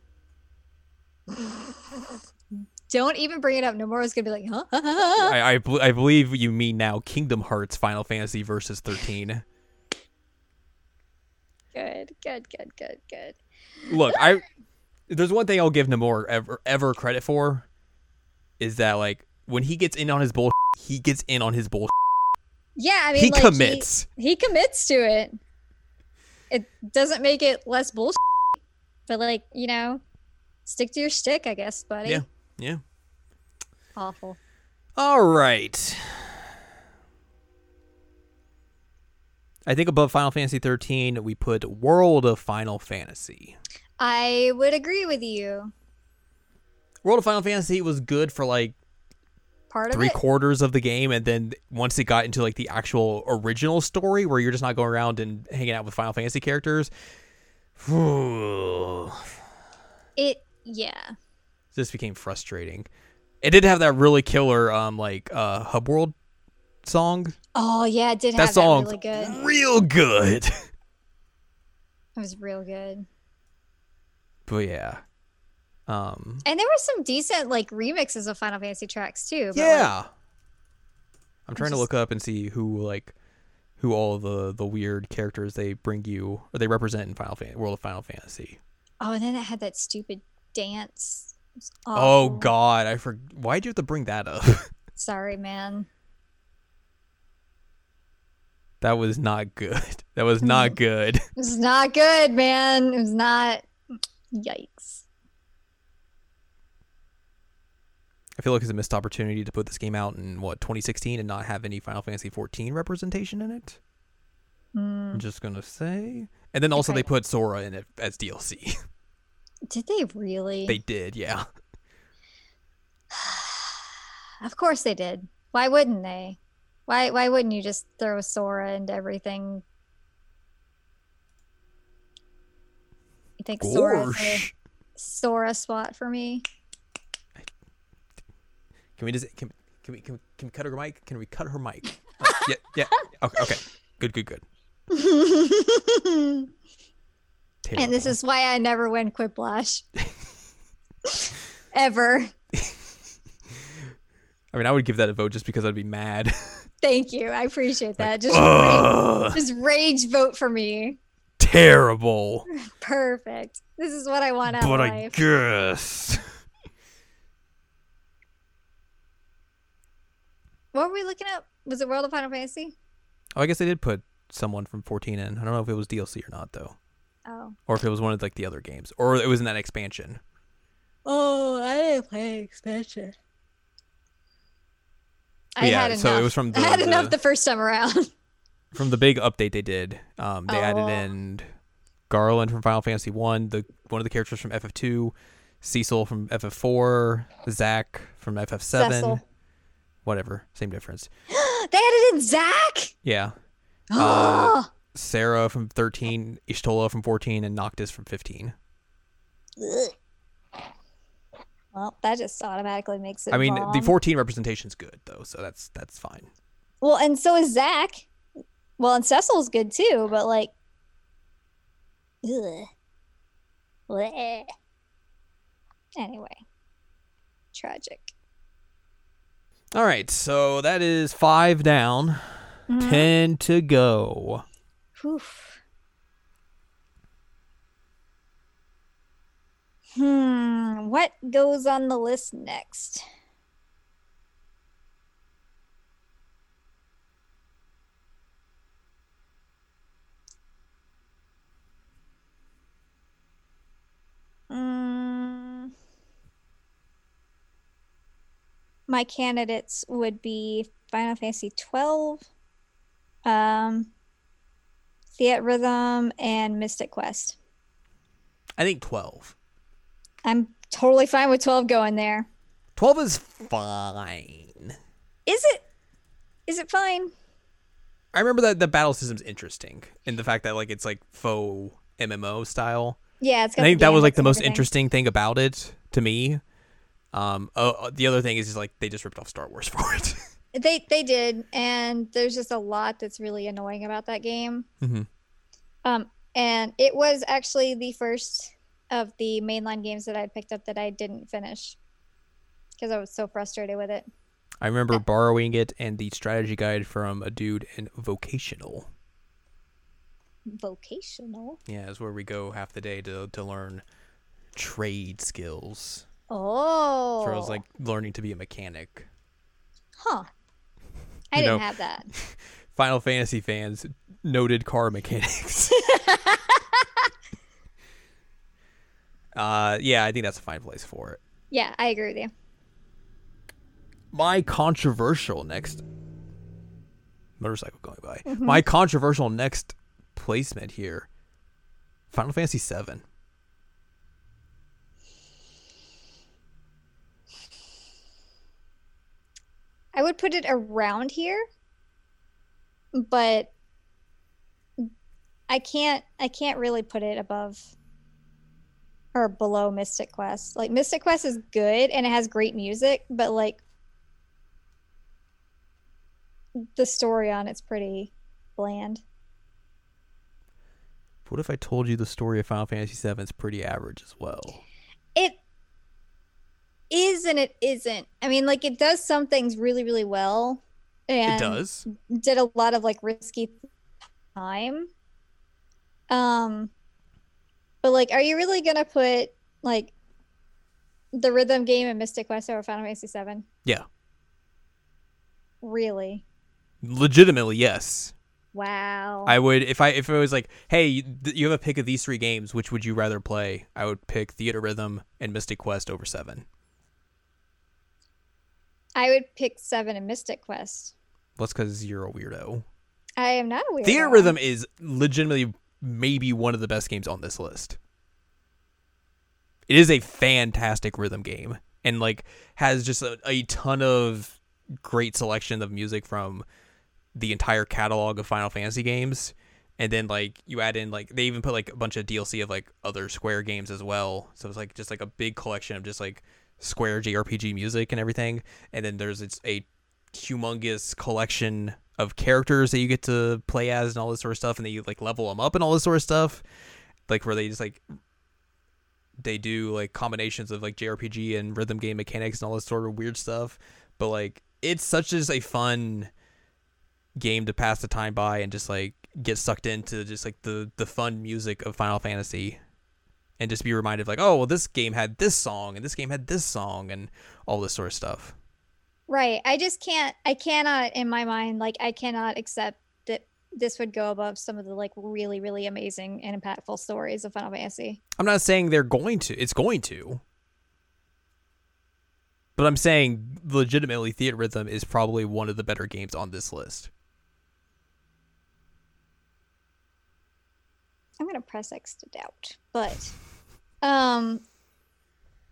Don't even bring it up. Nomura's gonna be like, huh?
I I, bel- I believe you mean now Kingdom Hearts Final Fantasy Versus 13.
Good, good, good, good, good.
Look, I there's one thing I'll give Namor ever ever credit for is that like when he gets in on his bull, he gets in on his bull.
Yeah, I mean,
he
like,
commits.
He, commits to it. It doesn't make it less bullshit, but like you know, stick to your stick, I guess, buddy.
Yeah. Yeah.
Awful.
All right. I think above Final Fantasy 13 we put World of Final Fantasy.
I would agree with you.
World of Final Fantasy was good for like
Part of
three
it.
quarters of the game, and then once it got into like the actual original story, where you're just not going around and hanging out with Final Fantasy characters, [sighs] it
It. Yeah.
just became frustrating. It did have that really killer um like uh Hub World song.
Oh yeah, it did
That
have that
song's
really good.
real good. [laughs]
It was real good.
but yeah. Um
And there were some decent like remixes of Final Fantasy tracks too. but, like,
Yeah. I'm trying to
just-
look up and see who like who all the the weird characters they bring you or they represent in Final Fan World of Final Fantasy.
oh, and then it had that stupid dance. It was
Oh,
awful.
god, I for why'd you have to bring that up? [laughs]
Sorry, man.
that was not good. [laughs] That was
Hmm.
not good. [laughs]
It was not good, man. It was not. Yikes.
I feel like it's a missed opportunity to put this game out in what 2016 and not have any Final Fantasy 14 representation in it.
Mm.
I'm just gonna say. And then also they
right.
put Sora in it as [laughs] DLC.
Did they really?
they did, yeah.
Of course they did. Why wouldn't they? Why why wouldn't you just throw Sora into everything? You think Sora's a
Gorsh.
Sora spot for me?
Can we just can, can we can, we- can we cut her mic? Can we cut her
[laughs]
mic? Oh, yeah, yeah. Okay, okay. Good, good, good.
[laughs] and this
Terrible.
is why I never win Quiplash.
[laughs]
Ever.
I mean, I would give that a vote just because I'd be mad.
Thank you. I appreciate that. just
[laughs] Ugh,
rage, just rage vote for me.
terrible.
Perfect. This is what I want out of
But I
life.
guess.
What were we looking up? Was it World of Final Fantasy?
Oh, I guess they did put someone from 14 in. I don't know if it was DLC or not though,
Oh.
or if it was one of like the other games, or it was in that expansion.
Oh, I didn't play expansion. I
Yeah,
had enough.
so it was from
I had
the-
enough the first time around. [laughs]
From the big update they did, um, they added
Oh.
in Garland from Final Fantasy One, the one of the characters from FF Two, Cecil from FF Four, Zach from FF Seven,
Cecil.
whatever, same difference.
they added in Zach.
Yeah, Uh,
Oh,
Sarah from 13, Ishtola from 14, and Noctis from 15.
well, that just automatically makes it.
I mean, the
wrong.
14 representation's good though, so that's that's fine.
Well, and so is Zach. Well, and Cecil's good too, but like. Ugh. Bleh. Anyway, tragic.
All right, so that is five down, Mm-hmm. ten to go.
Oof. Hmm. What goes on the list next? Mm. My candidates would be Final Fantasy twelve, um, Theat Rhythm and Mystic Quest.
I think 12.
I'm totally fine with 12 going there.
12 is fine.
Is it? Is it fine?
I remember that the battle system's interesting, and the fact that like it's like faux MMO style.
Yeah, it's. Got
I think
the
that was
bandits
like the
and
most
everything.
interesting thing about it to me. Um, uh, uh, the other thing is just like they just ripped off Star Wars [laughs] for it.
They they did, and there's just a lot that's really annoying about that game.
Mhm.
Um, and it was actually the first of the mainline games that I picked up that I didn't finish because I was so frustrated with it.
I remember borrowing it and the strategy guide from a dude in vocational.
Vocational.
Yeah, is where we go half the day to to learn trade skills.
Oh.
So I was like learning to be a mechanic.
huh. I
you
didn't
know,
have that.
Final Fantasy fans, noted car mechanics. uh, yeah, I think that's a fine place for it.
Yeah, I agree with you.
My controversial next motorcycle going by. My controversial next placement here. Final Fantasy VII.
I would put it around here, but I can't I can't really put it above or below Mystic Quest. Like Mystic Quest is good and it has great music, but like the story on it's pretty bland.
What if I told you the story of Final Fantasy VII is pretty average as well?
It is and it isn't. I mean, like it does some things really, really well. And
it does.
Did a lot of like risky time. Um, but like, are you really gonna put like the rhythm game and Mystic Quest over Final Fantasy VII?
Yeah.
Really?
Legitimately, yes.
Wow.
I would if I if it was like, hey, you th- you have a pick of these three games, which would you rather play? I would pick Theater Rhythm and Mystic Quest over Seven.
I would pick Seven and Mystic Quest.
That's because you're a weirdo.
I am not a weirdo.
Theater Rhythm is legitimately maybe one of the best games on this list. It is a fantastic rhythm game and like has just a, a ton of great selection of music from the entire catalog of Final Fantasy games. And then like you add in like they even put like a bunch of DLC of like other Square games as well. So it's like just like a big collection of just like Square JRPG music and everything. And then there's it's a humongous collection of characters that you get to play as and all this sort of stuff and then you like level them up and all this sort of stuff. Like where they just like they do like combinations of like JRPG and rhythm game mechanics and all this sort of weird stuff. But like it's such as a fun game to pass the time by and just like get sucked into just like the the fun music of Final Fantasy and just be reminded of like oh well this game had this song and this game had this song and all this sort of stuff.
Right. I just can't. I cannot in my mind. Like I cannot accept that this would go above some of the like really really amazing and impactful stories of Final Fantasy.
I'm not saying they're going to. It's going to. But I'm saying legitimately Theater Rhythm is probably one of the better games on this list. [laughs]
I'm gonna press X to doubt, but um,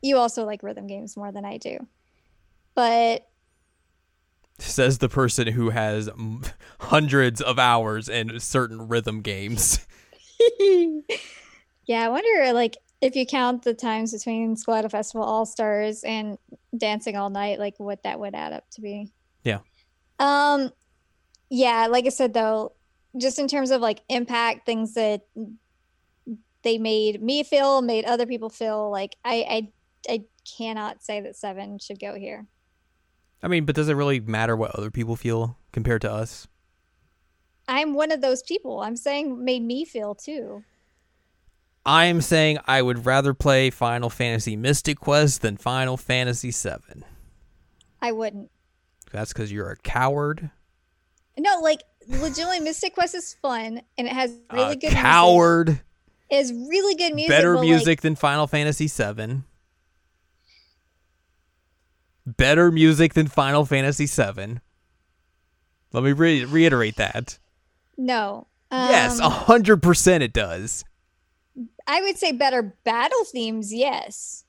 you also like rhythm games more than I do. But
Says the person who has m- [laughs] hundreds of hours in certain rhythm games.
yeah, I wonder like if you count the times between Squad Festival All Stars and Dancing All Night, like what that would add up to be.
Yeah.
Um, yeah, like I said though, just in terms of like impact, things that they made me feel, made other people feel, like I I, I cannot say that seven should go here.
I mean, but does it really matter what other people feel compared to us?
I'm one of those people. I'm saying made me feel too.
I'm saying I would rather play Final Fantasy Mystic Quest than Final Fantasy VII.
I wouldn't.
That's because you're a coward.
No, like legitimately, Mystic Quest is fun and it has really
a
good
Uh, coward.
Music. It has really good music.
Better
but, like,
music than Final Fantasy VII. Better music than Final Fantasy VII. Let me re- reiterate that.
no.
yes, uh-huh.
Um,
hundred percent it does.
I would say better battle themes, yes.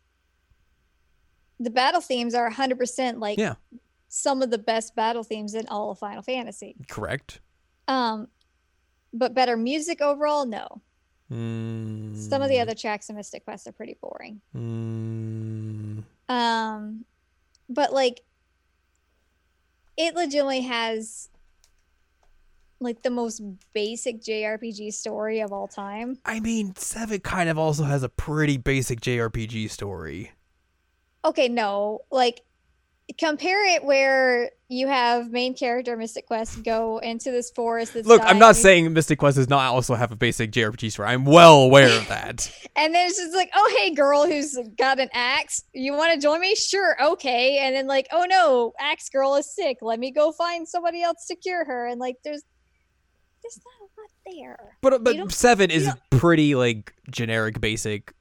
The battle themes are 100% like
Yeah.
some of the best battle themes in all of Final Fantasy.
Correct.
Um but better music overall, no.
Mm,
Some of the other tracks in Mystic Quest are pretty boring.
Mm,
Um but like it legitimately has like the most basic JRPG story of all time.
I mean, Seven kind of also has a pretty basic JRPG story.
okay no like compare it where you have main character mystic quest go into this forest that's
Look, I'm not
dying,
saying Mystic Quest does not also have a basic JRPG story. I'm well aware of that.
and then it's just like oh hey girl who's got an axe you want to join me sure okay and then like oh no axe girl is sick let me go find somebody else to cure her and like there's there's not a lot there
But
don't-
but seven is
don't-
pretty like generic, basic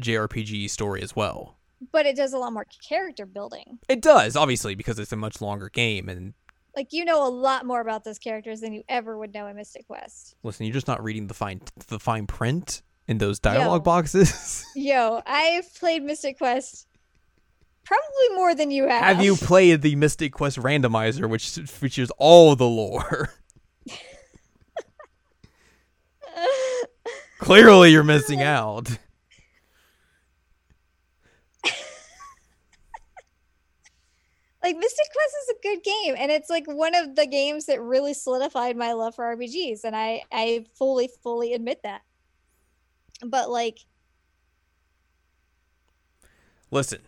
JRPG story as well.
but it does a lot more character building
It does obviously because it's a much longer game. And
like you know a lot more about those characters than you ever would know in mystic quest
listen, you're just not reading the fine the fine print in those dialogue
Yo.
boxes.
Yo, I've played Mystic Quest probably more than you have.
Have you played the Mystic Quest randomizer, which features all the lore? Clearly, you're missing out.
[laughs] like Mystic Quest is a good game, and it's like one of the games that really solidified my love for RPGs, and I I fully fully admit that. But like,
Listen.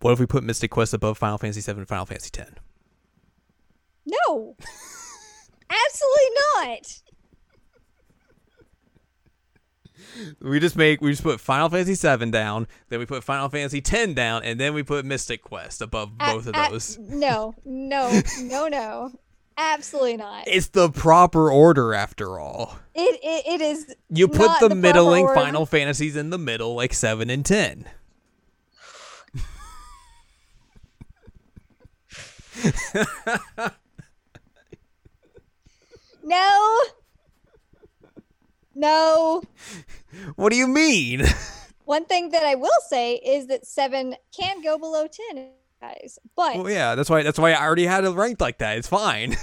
What if we put Mystic Quest above Final Fantasy VII and Final Fantasy X? [laughs]
no, absolutely not.
We just make we just put Final Fantasy VII down, then we put Final Fantasy X down, and then we put Mystic Quest above
A-
both of
a-
those.
no, no, no,
[laughs]
no, absolutely not.
It's the proper order after all.
It it, it is
You put
Not
the,
the proper
middling
order.
Final Fantasies in the middle, like seven and ten.
no, no.
What do you mean?
One thing that I will say is that seven can go below ten, guys.
[laughs]
But
well, yeah, that's why that's why I already had it ranked like that. It's
[laughs]
fine.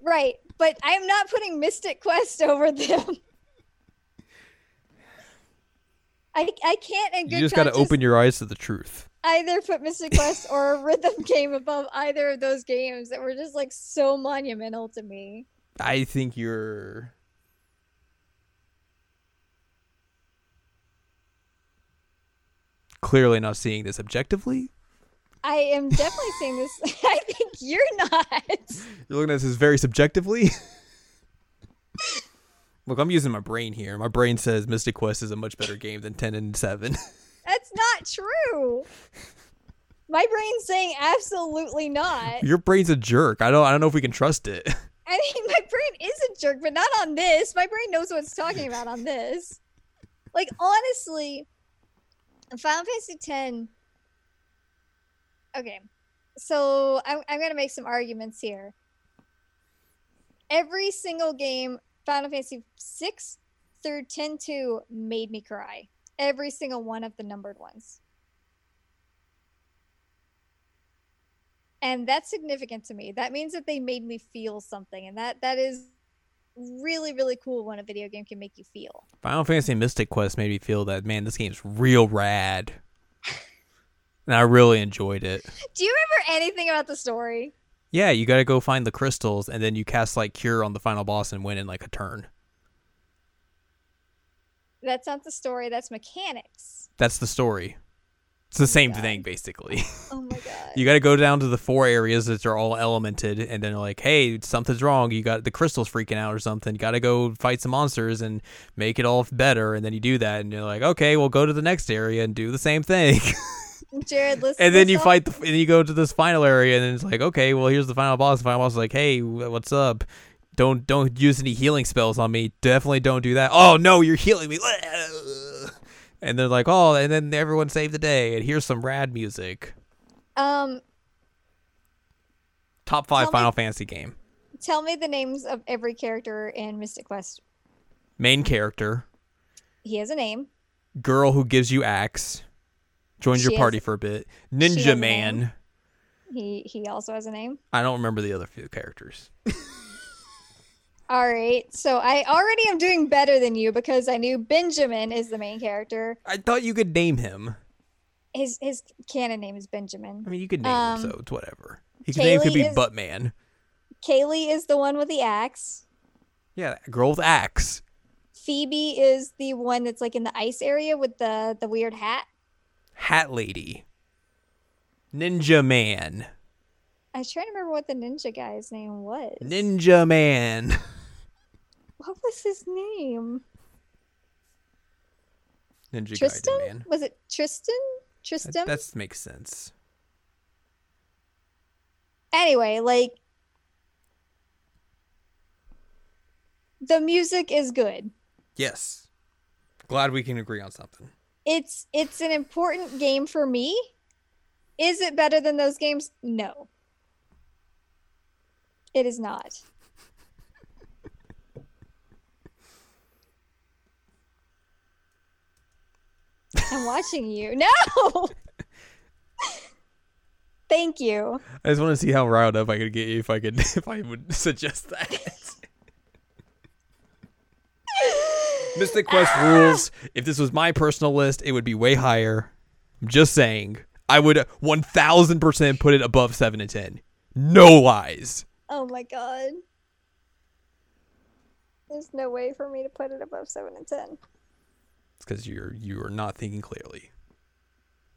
right, but I am not putting Mystic Quest [laughs] over them. I I can't in good
you just got
conscience
to open your eyes to the truth.
either put Mystic Quest or a rhythm game above either of those games that were just like so monumental to me.
I think you're. Clearly not seeing this objectively.
I am definitely seeing this. [laughs] I think you're not.
You're looking at this very subjectively. [laughs] Look, I'm using my brain here. My brain says Mystic Quest is a much better game than 10 and [laughs] 7.
That's not true. My brain's saying absolutely not.
Your brain's a jerk. I don't I don't know if we can trust it. [laughs]
I mean, my brain is a jerk, but not on this. My brain knows what it's talking about on this. Like, honestly, Final Fantasy X. Okay, so I'm, I'm going to make some arguments here. Every single game, Final Fantasy 6 through 10 2, made me cry. Every single one of the numbered ones. and that's significant to me that means that they made me feel something and that that is really really cool when a video game can make you feel
Final Fantasy Mystic Quest made me feel that man, this game's real rad. And I really enjoyed it.
do you remember anything about the story
Yeah, you gotta go find the crystals and then you cast like cure on the final boss and win in like a turn.
that's not the story that's mechanics
That's the story. It's the same
God.
thing basically.
oh my god
you got to go down to the four areas that are all elemented, and then like, hey, something's wrong. You got the crystals freaking out or something. Got to go fight some monsters and make it all better. And then you do that, and you're like, okay, we'll go to the next area and do the same thing.
jared listen
and then you
listen.
fight, the, and then you go to this final area, and then it's like, okay, well here's the final boss. The final boss is like, hey, wh- what's up? Don't don't use any healing spells on me. Definitely don't do that. Oh no, you're healing me. [laughs] And they're like, oh, and then everyone saved the day, and here's some rad music.
um
Top five
Tell me-
Final Fantasy game.
tell me the names of every character in mystic quest
main character,
he has a name
girl who gives you axe, joins
She
your
has-
party for a bit,
has a
ninja
name.
man.
he he also has a name
I don't remember the other few characters.
all right so i already am doing better than you because i knew benjamin is the main character
I thought you could name him.
his his canon name is benjamin
I mean, you could name
Um,
him, so it's whatever. His name could
Kaylee
be
is-
Buttman.
Kaylee is the one with the axe.
Yeah, girl with axe.
Phoebe is the one that's like in the ice area with the the weird hat.
Hat lady. Ninja man.
I was trying to remember what the ninja guy's name was.
Ninja man. [laughs]
what was his name?
Ninja
Tristan?
Gaiden man.
Was it Tristan? Tristan?
That that's, makes sense.
anyway, like the music is good.
Yes. Glad we can agree on something.
It's it's an important game for me. Is it better than those games? No. It is not.
[laughs]
I'm watching you. No. [laughs] Thank you.
I just want to see how riled up I could get you if I could [laughs] if I would suggest that. [laughs]
[laughs]
Mystic Quest rules. If this was my personal list, it would be way higher. I'm just saying. I would 1000% put it above 7 and 10. No lies.
Oh my god. There's no way for me to put it above seven and ten.
It's cuz you're you are not thinking clearly.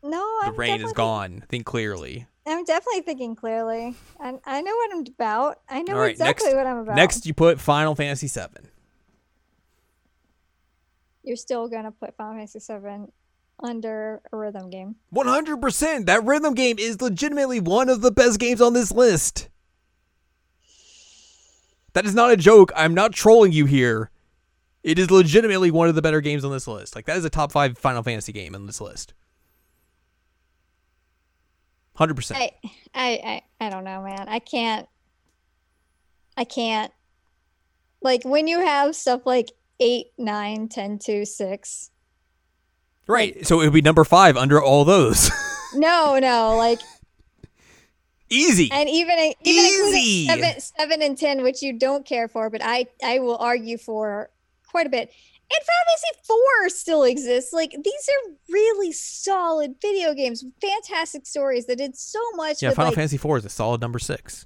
No,
The
I'm
rain is
definitely-
gone. Think clearly.
I'm definitely thinking clearly. I, I know what I'm about. I know
All right,
exactly
next-
what I'm about.
Next you put Final Fantasy 7.
you're still gonna put Final Fantasy Seven under a rhythm game.
100%. That rhythm game is legitimately one of the best games on this list. That is not a joke. I'm not trolling you here. It is legitimately one of the better games on this list. Like that is a top 5 Final Fantasy game on this list. 100%.
I, I, I, I don't know, man. I can't. I can't. Like when you have stuff like eight, nine, ten, two, six.
right. So it would be number 5 under all those. [laughs]
No, no, like
Easy.
and even even including
Easy.
seven, seven and ten, which you don't care for, but I I will argue for quite a bit. And Final Fantasy Four still exists. Like these are really solid video games, fantastic stories that did so much.
yeah,
with,
Final
like,
Fantasy 4 is a solid number 6.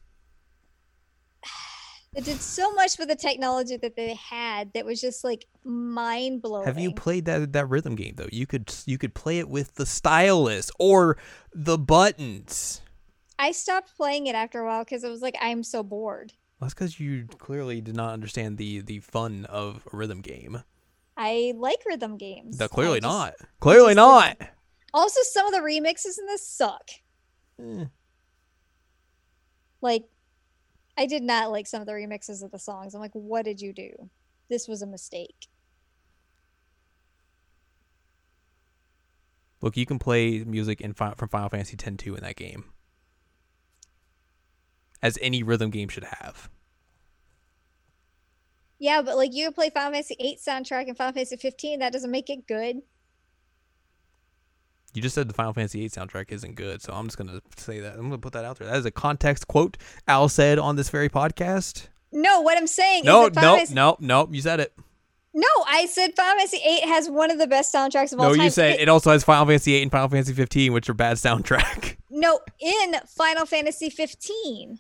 that did so much with the technology that they had that was just like mind blowing.
Have you played that that rhythm game though? You could you could play it with the stylus or the buttons.
I stopped playing it after a while because I was like, I'm so bored.
Well, that's because you clearly did not understand the the fun of a rhythm game.
I like rhythm games.
No,
I
clearly
just-
not. Clearly not.
just- Also, some of the remixes in this suck.
Eh.
Like, I did not like some of the remixes of the songs. I'm like, what did you do? This was a mistake.
Look, you can play music in Fi- from Final Fantasy X two in that game, as any rhythm game should have.
Yeah, but like you could play Final Fantasy VIII soundtrack and Final Fantasy 15. That doesn't make it good.
You just said the Final Fantasy VIII soundtrack isn't good, so I'm just gonna say that. I'm gonna put that out there. That is a context quote Al said on this very podcast.
No, what I'm saying
No,
is that Final
no,
Fantasy-
no, no. You said it.
No, I said Final Fantasy VIII has one of the best soundtracks of all
no,
time.
you said
It-
it also has Final Fantasy VIII and Final Fantasy 15, which are bad soundtrack. [laughs]
no in Final Fantasy 15.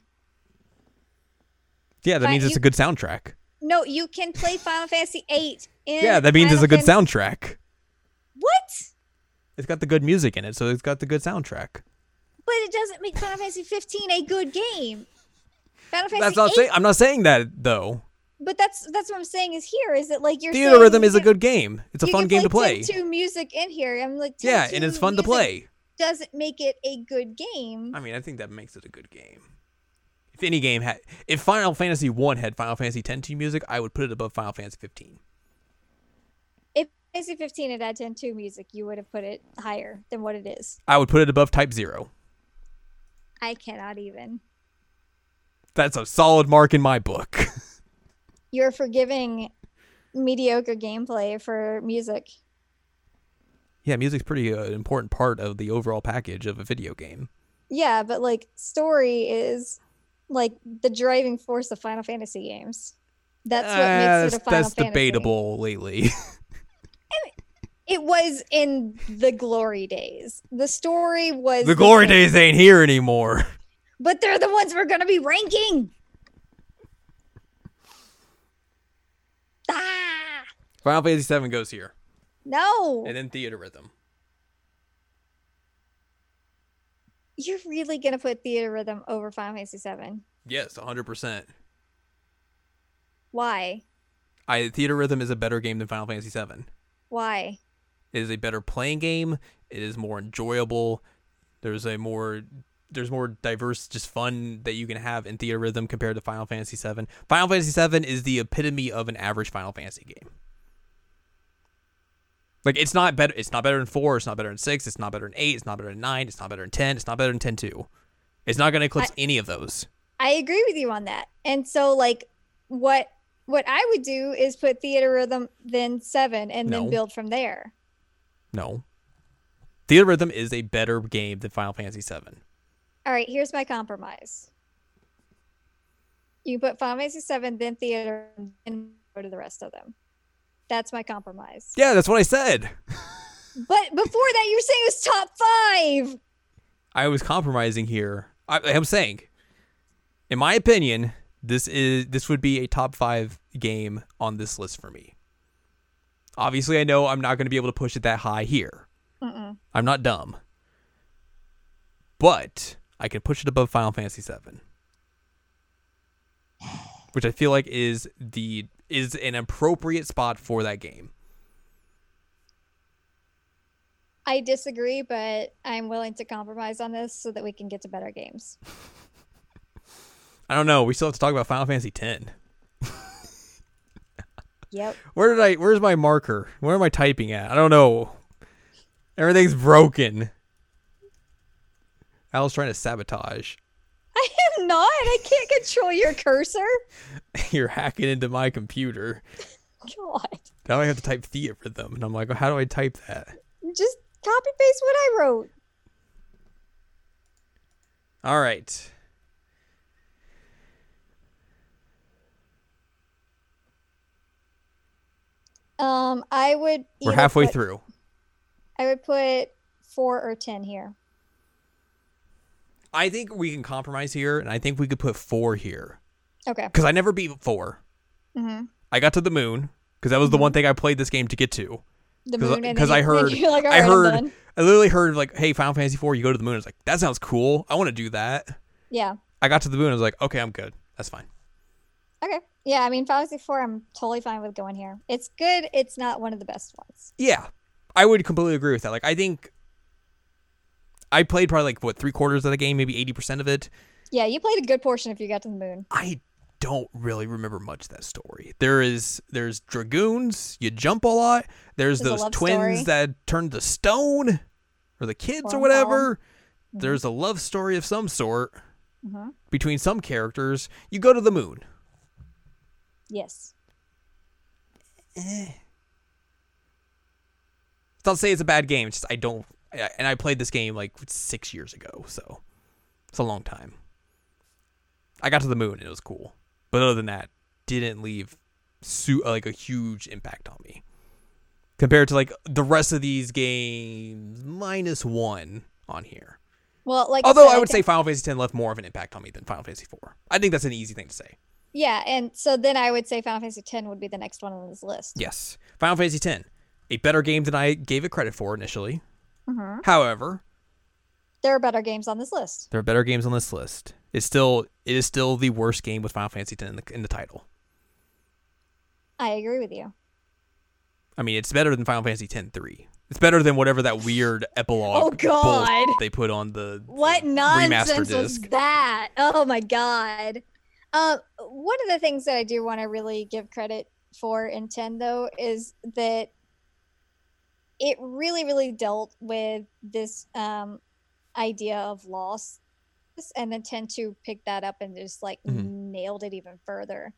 yeah, that
Fi-
means it's
you-
a good soundtrack.
No, you can play Final Fantasy VIII in.
Yeah, that means it's
Final
a good
Fan-
soundtrack.
What?
It's got the good music in it, so it's got the good soundtrack.
But it doesn't make Final Fantasy 15 a good game. Final Fantasy
That's not
8,
saying I'm not saying that though.
but that's that's what I'm saying is here is that like you're
Theater
saying
Rhythm
you
is a
can-
good game. It's a
you
fun
can
game to play.
Two music in here. I'm like
Yeah, and it's
10-2
fun to
music
play.
Doesn't make it a good game.
I mean, I think that makes it a good game. If any game had, if Final Fantasy One had Final Fantasy X two music, I would put it above Final Fantasy fifteen.
If Final Fantasy 15 had had 10 2 music, you would have put it higher than what it is.
I would put it above Type Zero.
I cannot even.
That's a solid mark in my book.
You're forgiving mediocre gameplay for music.
Yeah, music's pretty uh, an important part of the overall package of a video game.
Yeah, but like story is like the driving force of Final Fantasy games. That's what
Ah,
makes
that's,
it a Final
that's
Fantasy.
debatable [laughs] lately.
It was in the glory days. The story was
the glory
different,
days ain't here anymore. [laughs]
but they're the ones we're gonna be ranking. Ah,
Final Fantasy Seven goes here,
no,
and then Theater Rhythm.
you're really gonna put Theater Rhythm over Final Fantasy Seven?
Yes, hundred percent.
Why?
I Theater Rhythm is a better game than Final Fantasy Seven.
Why?
It is a better playing game. It is more enjoyable. There's a more there's more diverse just fun that you can have in Theater Rhythm compared to Final Fantasy 7. Final Fantasy 7 is the epitome of an average Final Fantasy game. Like it's not better it's not better than 4, it's not better than 6, it's not better than 8, it's not better than 9, it's not better than 10, it's not better than 10 2. It's not going to eclipse any of those.
I agree with you on that. And so like what what I would do is put theater rhythm then seven and
No.
then build from there.
No. Theater Rhythm is a better game than Final Fantasy 7.
All right, here's my compromise. You put Final Fantasy seven, then theater, and go to the rest of them. That's my compromise.
Yeah, that's what I said.
But before that, you were saying it was top five.
I was compromising here. I, I'm saying, in my opinion, this is this would be a top five game on this list for me. Obviously, I know I'm not going to be able to push it that high here.
Mm-mm.
I'm not dumb, but I can push it above Final Fantasy VII, which I feel like is the is an appropriate spot for that game.
I disagree, but I'm willing to compromise on this so that we can get to better games.
I don't know. We still have to talk about Final Fantasy X.
[laughs] Yep.
Where did I? Where's my marker? Where am I typing at? I don't know. Everything's broken. Al's trying to sabotage. [laughs]
I am not. I can't control your cursor.
You're hacking into my computer.
God.
Now I have to type Thea for them, and I'm like, how do I type that?
Just copy paste what I wrote.
All right.
Um, I would.
We're
either
halfway
put-
through.
I would put four or ten here.
I think we can compromise here, and I think we could put four here
Okay.
because I never beat four.
Mm-hmm.
I got to the moon because that was the one thing I played this game to get to.
The
'Cause I-
moon.
'cause I heard-
you [laughs] like,
I
"Alright, I'm
heard,
done."
I literally heard like, hey, Final Fantasy IV, you go to the moon. I was like, that sounds cool. I want to do that.
Yeah.
I got to the moon. I was like, okay, I'm good. That's fine.
Okay. Yeah. I mean, Final Fantasy Four. I'm totally fine with going here. It's good. It's not one of the best ones.
Yeah, I would completely agree with that. Like, I think I played probably like what three quarters of the game, maybe eighty percent of it.
Yeah. You played a good portion if you got to the moon.
I don't really remember much of that story. There is there's dragoons. You jump a lot. There's,
There's a
those
love
twins
story.
that turn to stone, or the kids or
Cornball.
whatever.
Mm-hmm.
There's a love story of some sort
Mhm.
between some characters. You go to the moon.
Yes.
It's not to say it's a bad game. It's just I don't. I- And I played this game like six years ago, so it's a long time. I got to the moon and it was cool, but other than that, didn't leave su- uh, like a huge impact on me compared to like the rest of these games minus one on here.
Well, like.
Although
said,
I would
think-
say Final Fantasy X left more of an impact on me than Final Fantasy IV. I think that's an easy thing to say.
Yeah, and so then I would say Final Fantasy X would be the next one on this list.
Yes, Final Fantasy X, a better game than I gave it credit for initially.
Mhm.
However,
There are better games on this list.
There are better games on this list. It's still it is still the worst game with Final Fantasy X in the, in the title.
I agree with you.
I mean, it's better than Final Fantasy X three. It's better than whatever that weird epilogue
Oh, God.
bullshit they put on the
What
the
nonsense
remaster
was
disc.
that? Oh my god. Uh, one of the things that I do want to really give credit for in 10 though is that it really, really dealt with this um, idea of loss. And then 10 2 picked that up and just like
Mhm.
nailed it even further.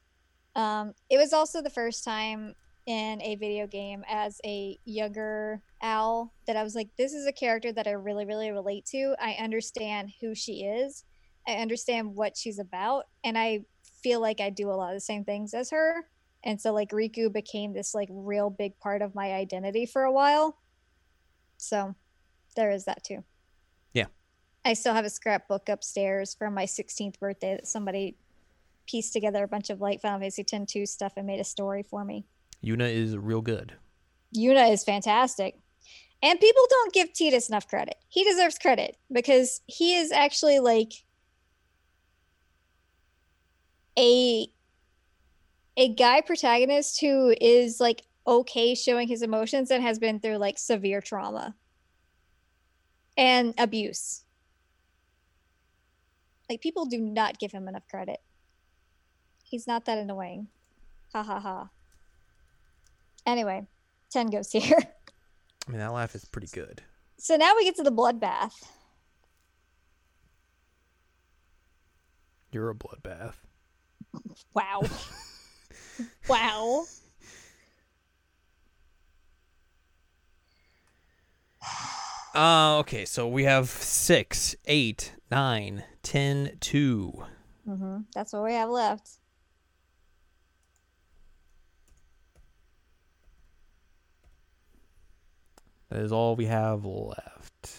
Um, it was also the first time in a video game as a younger owl that I was like, this is a character that I really, really relate to. I understand who she is, I understand what she's about, and I feel like I do a lot of the same things as her. And so, like, Riku became this like real big part of my identity for a while. So, there is that too.
Yeah.
I still have a scrapbook upstairs from my 16th birthday that somebody pieced together a bunch of like Final Fantasy X 2 stuff and made a story for me.
Yuna is real good.
Yuna is fantastic. And people don't give Titus enough credit. He deserves credit because he is actually like a a guy protagonist who is like okay showing his emotions and has been through like severe trauma and abuse. Like people do not give him enough credit. He's not that annoying. Ha ha ha. Anyway, 10 goes here. [laughs]
I mean, that laugh is pretty good.
So now we get to the bloodbath.
You're a bloodbath.
Wow. wow.
Uh, okay, so we have six, eight, nine, ten, two.
hmm That's what we have left.
That is all we have left.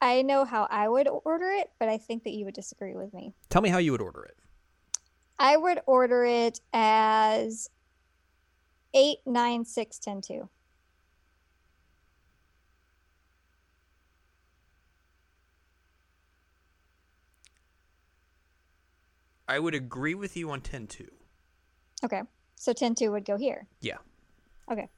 I know how I would order it, but I think that you would disagree with me.
Tell me how you would order it.
I would order it as eight, nine, six, ten, two.
I would agree with you on 10 2.
Okay, so ten two would go here.
Yeah.
Okay.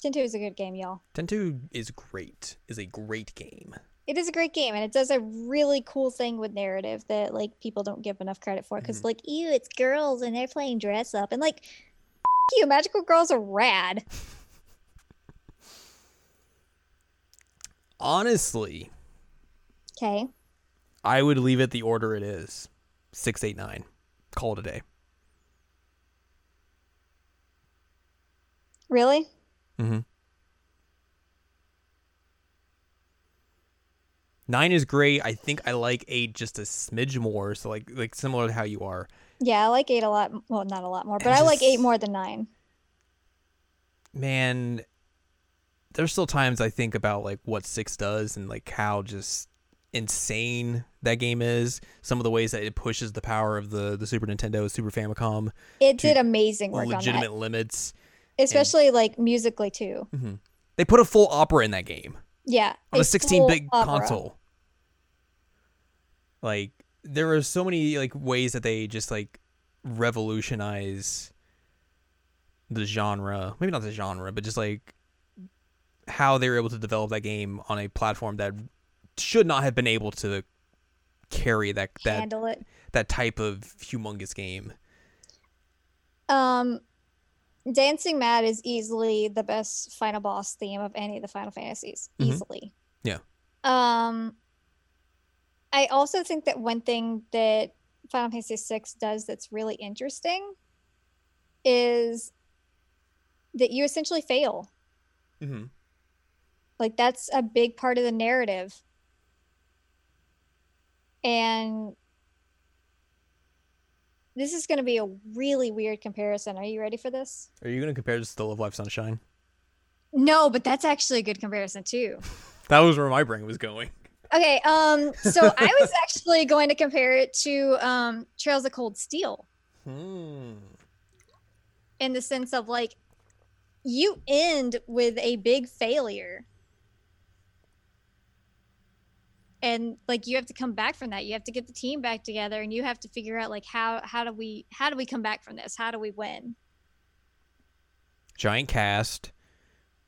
Ten two is a good game, y'all.
10 2 is great, is a great game.
It is a great game, and it does a really cool thing with narrative that like people don't give enough credit for because
Mhm.
like, ew, it's girls and they're playing dress up and like, [laughs] f- you magical girls are rad.
Honestly,
Okay,
I would leave it the order it is 689. Call it a day.
really?
Mm-hmm. Nine is great. I think I like eight just a smidge more. So like like similar to how you are.
Yeah, I like eight a lot. Well, not a lot more, but
And
I like
just-
eight more than nine.
Man, there's still times I think about like what six does and like how just insane that game is. Some of the ways that it pushes the power of the the Super Nintendo, Super Famicom,
It
to
did amazing work on
legitimate limits.
that, especially like musically too.
hmm They put a full opera in that game.
Yeah,
on a
full
16 bit
opera.
console. Like there are so many like ways that they just like revolutionize the genre. Maybe not the genre, but just like how they were able to develop that game on a platform that should not have been able to carry that that
Handle it.
that type of humongous game.
Um, Dancing Mad is easily the best final boss theme of any of the Final Fantasies.
Mhm.
Easily.
Yeah.
Um, I also think that one thing that Final Fantasy VI does that's really interesting is that you essentially fail.
Mm-hmm.
Like that's a big part of the narrative. And this is going to be a really weird comparison. Are you ready for this?
Are you gonna compare this to Love Live Sunshine?
No, but that's actually a good comparison too.
That was where my brain was going.
Okay, um so [laughs] I was actually going to compare it to um Trails of Cold Steel
Hmm.
in the sense of like you end with a big failure. And like you have to come back from that. You have to get the team back together and you have to figure out like how how do we how do we come back from this? How do we win?
Giant cast,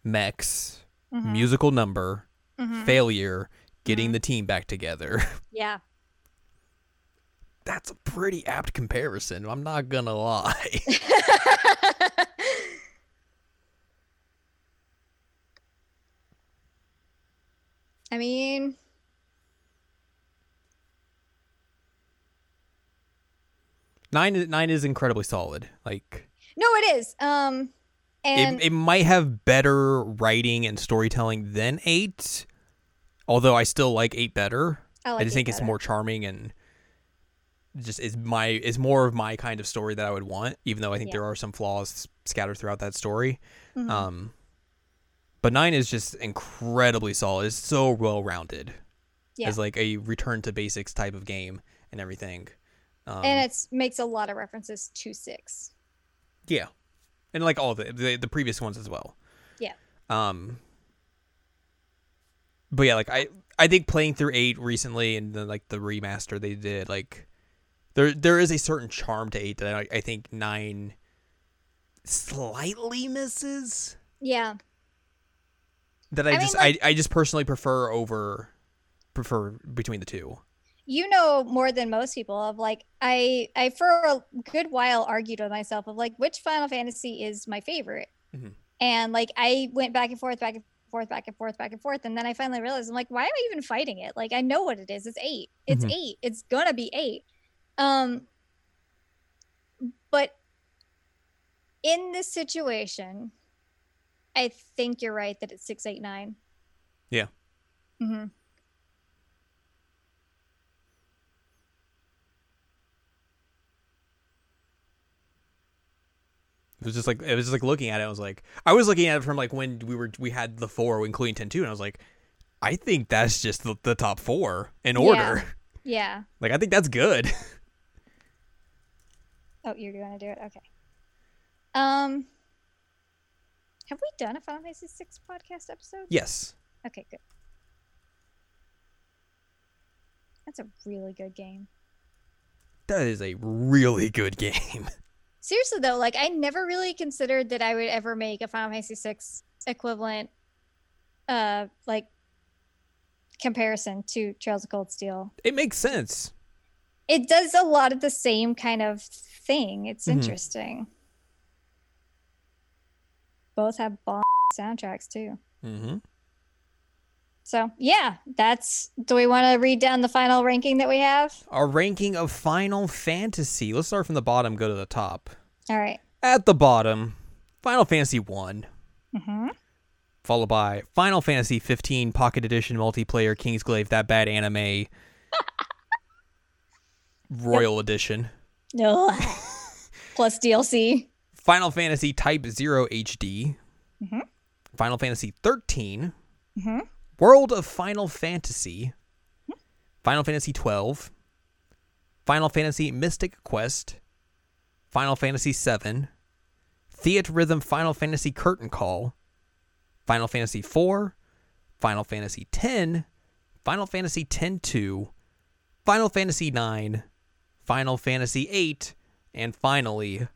mechs,
Mhm,
musical number,
mhm.
failure, getting
Mhm.
the team back together. [laughs]
Yeah. [laughs]
That's a pretty apt comparison. I'm not gonna lie. [laughs]
I mean,
nine is- nine is incredibly solid. Like
no, it is. Um, and
it, it might have better writing and storytelling than eight, although I still like eight better.
I, like
I just
it
think it's
better.
more charming and just is my is more of my kind of story that I would want. Even though I think
Yeah.
there are some flaws scattered throughout that story.
Mhm.
Um, but nine is just incredibly solid. It's so well rounded.
Yeah.
As like a return to basics type of game and everything. Um,
and it makes a lot of references to six.
yeah, and like all the, the the previous ones as well.
Yeah.
Um. But yeah, like I I think playing through eight recently and then like the remaster they did like there there is a certain charm to eight that I, I think nine slightly misses.
Yeah,
that
I
I,
mean,
just
like-
I, I just personally prefer over prefer between the two.
you know more than most people. Of like, I I for a good while argued with myself of like which Final Fantasy is my favorite,
Mhm.
and like I went back and forth, back and forth, back and forth, back and forth, and then I finally realized I'm like, why am I even fighting it? Like I know what it is. It's eight. It's
Mhm.
eight. It's gonna be eight. Um, but in this situation, I think you're right that it's six eight nine.
Yeah.
Mm-hmm.
It was just like it was just like looking at it. I was like, I was looking at it from like when we were we had the four, including ten two, and I was like, I think that's just the, the top four in
Yeah.
order. [laughs]
Yeah.
Like I think that's good. [laughs]
Oh, you're gonna do it. Okay. Um, have we done a Final Fantasy Six podcast episode?
yes.
Okay, good. That's a really good game.
That is a really good game. [laughs]
Seriously though, like I never really considered that I would ever make a Final Fantasy Six equivalent, uh, like comparison to Trails of Cold Steel.
It makes sense.
It does a lot of the same kind of thing. It's
Mhm.
interesting. Both have bomb soundtracks too.
Mm-hmm.
So yeah, that's. Do we want to read down the final ranking that we have?
Our ranking of Final Fantasy. Let's start from the bottom, go to the top.
All right.
At the bottom, Final Fantasy One,
Mm-hmm.
followed by Final Fantasy 15 Pocket Edition Multiplayer Kingsglaive That Bad Anime Royal Edition.
No. [laughs] Plus DLC.
Final Fantasy Type 0 HD,
Mhm.
Final Fantasy 13,
Mhm.
World of Final Fantasy, Final Fantasy 12, Final Fantasy Mystic Quest, Final Fantasy 7, Theat Rhythm Final Fantasy Curtain Call, Final Fantasy 4, Final Fantasy 10, Final Fantasy 10 2, Final Fantasy 9, Final Fantasy 8, and finally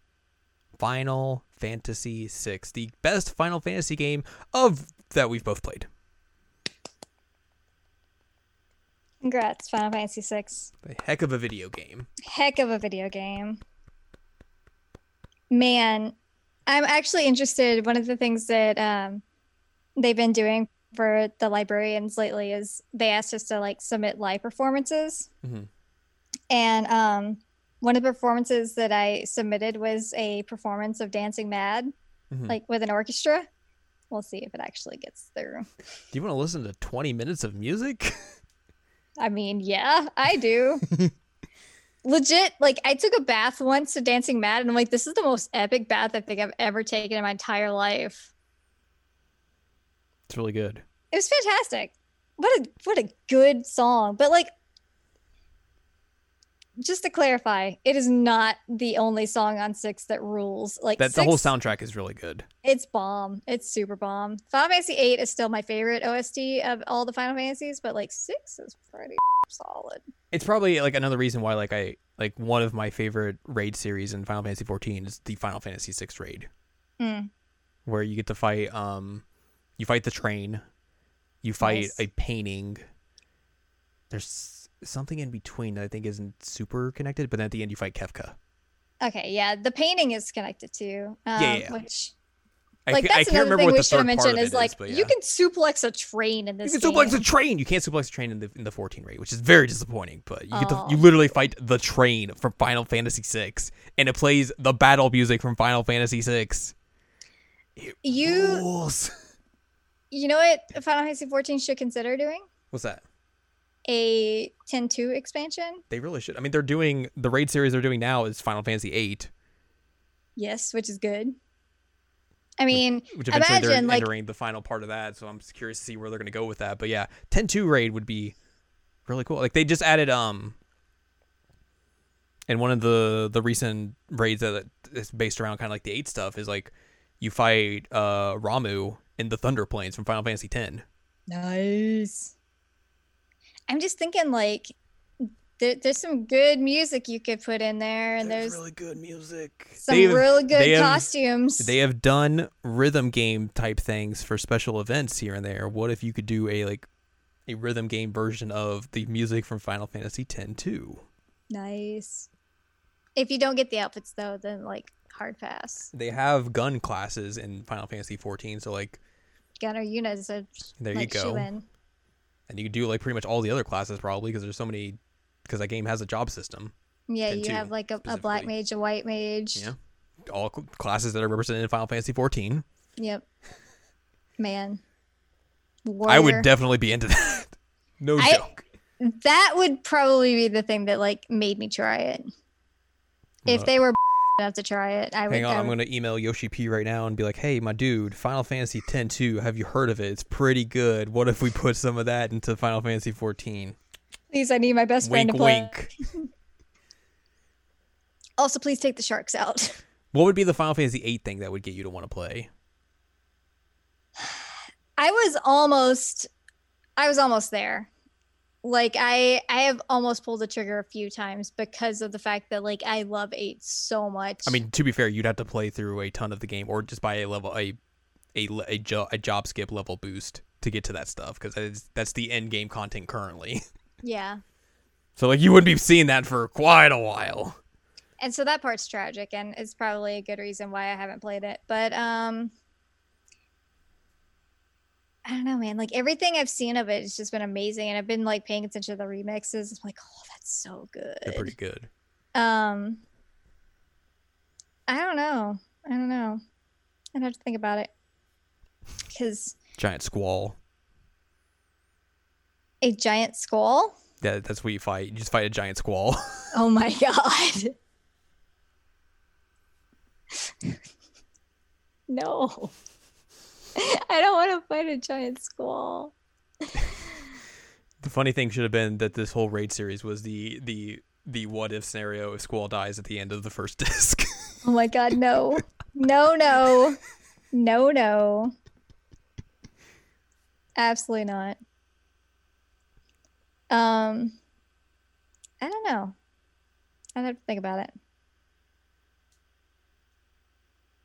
Final Fantasy VI, the best Final Fantasy game of that we've both played.
Congrats, Final Fantasy Six.
A heck of a video game.
Heck of a video game. Man, I'm actually interested. One of the things that um, they've been doing for the librarians lately is they asked us to like submit live performances.
Mhm.
And um, one of the performances that I submitted was a performance of Dancing Mad,
Mhm.
like with an orchestra. We'll see if it actually gets through.
Do you want to listen to 20 minutes of music? [laughs]
I mean, yeah, I do. Legit, like I took a bath once to Dancing Mad, and I'm like, this is the most epic bath I think I've ever taken in my entire life.
It's really good.
It was fantastic. What a what a good song. But like just to clarify, it is not the only song on six that rules. Like
That the whole
Six-
soundtrack is really good.
It's bomb. It's super bomb. Final Fantasy VIII is still my favorite OST of all the Final Fantasies, but like six is pretty solid.
It's probably like another reason why like I like one of my favorite raid series in Final Fantasy 14 is the Final Fantasy 6 raid
Mm.
where you get to fight um you fight the train, you fight
Nice.
a painting. There's something in between that I think isn't super connected, but then at the end you fight Kefka.
Okay, yeah, the painting is connected to um,
Yeah, yeah.
which
I
like
ca- I
that's
can't
another
remember
thing
what
we
the
should
third
have
part
mentioned
of it
is like
but yeah.
you can suplex a train in
You
this.
can suplex a
game.
train. You can't suplex a train in the in the 14 rate, which is very disappointing. But you get to,
Oh.
you literally fight the train from Final Fantasy VI, and it plays the battle music from Final Fantasy VI.
You
Rules. [laughs]
you know what Final Fantasy 14 should consider doing
What's that?
a 10-2 expansion.
They really should. I mean, they're doing the raid series they're doing now is Final Fantasy VIII,
Yes, which is good. I mean,
which eventually they're
Imagine, like-
entering the final part of that. So I'm just curious to see where they're going to go with that. But yeah, 10-2 raid would be really cool. Like they just added um, and one of the the recent raids that is based around kind of like the eight stuff is like you fight uh Ramu in the Thunder Plains from Final Fantasy X.
nice. I'm just thinking like there, there's some good music you could put in there, and there's
really good music.
some
They've-
really good
they have-
costumes.
They have done rhythm game type things for special events here and there. What if you could do a like a rhythm game version of the music from Final Fantasy X too?
Nice. If you don't get the outfits though, then like hard pass.
They have gun classes in Final Fantasy 14, so like
Gunner Yuna is a
there
like
you go,
shoo-in.
and you can do like pretty much all the other classes probably because there's so many because that game has a job system.
Yeah,
Then
you
two,
have like a, a black
specifically.
mage, a white mage.
Yeah, all cl- classes that are represented in Final Fantasy 14.
Yep. Man.
I
Warrior.
would definitely be into [laughs] that. no
I-
joke.
that would probably be the thing that like made me try it. If
Look.
they were [laughs] I have to try it. I
Hang on,
would, I
I'm
would-
gonna email Yoshi P right now and be like, "Hey, my dude, Final Fantasy X 2, have you heard of it? It's pretty good. What if we put some of that into Final Fantasy 14?"
please. I need my best friend
Wink,
to play.
wink.
Also, please take the sharks out. [laughs]
What would be the Final Fantasy 8 thing that would get you to want to play?
I was almost, I was almost there. Like I, I have almost pulled the trigger a few times because of the fact that like I love eight so much.
I mean, to be fair, you'd have to play through a ton of the game, or just buy a level a a le- a, jo- a job skip level boost to get to that stuff, because that's, that's the end game content currently. [laughs]
yeah.
so like, you wouldn't be seeing that for quite a while.
and so that part's tragic and it's probably a good reason why i haven't played it but um i don't know man like everything i've seen of it has just been amazing and i've been like paying attention to the remixes i'm like oh that's so
They're
good
pretty good.
um i don't know i don't know i'd have to think about it because
Giant squall.
a giant skull
That that's what you fight. You just fight a giant squall. [laughs]
oh my [laughs] god no i don't want to fight a giant squall
the funny thing should have been that this whole raid series was the the the what if scenario if squall dies at the end of the first [laughs] disc.
oh my god no no no no no absolutely not um i don't know i'd have to think about it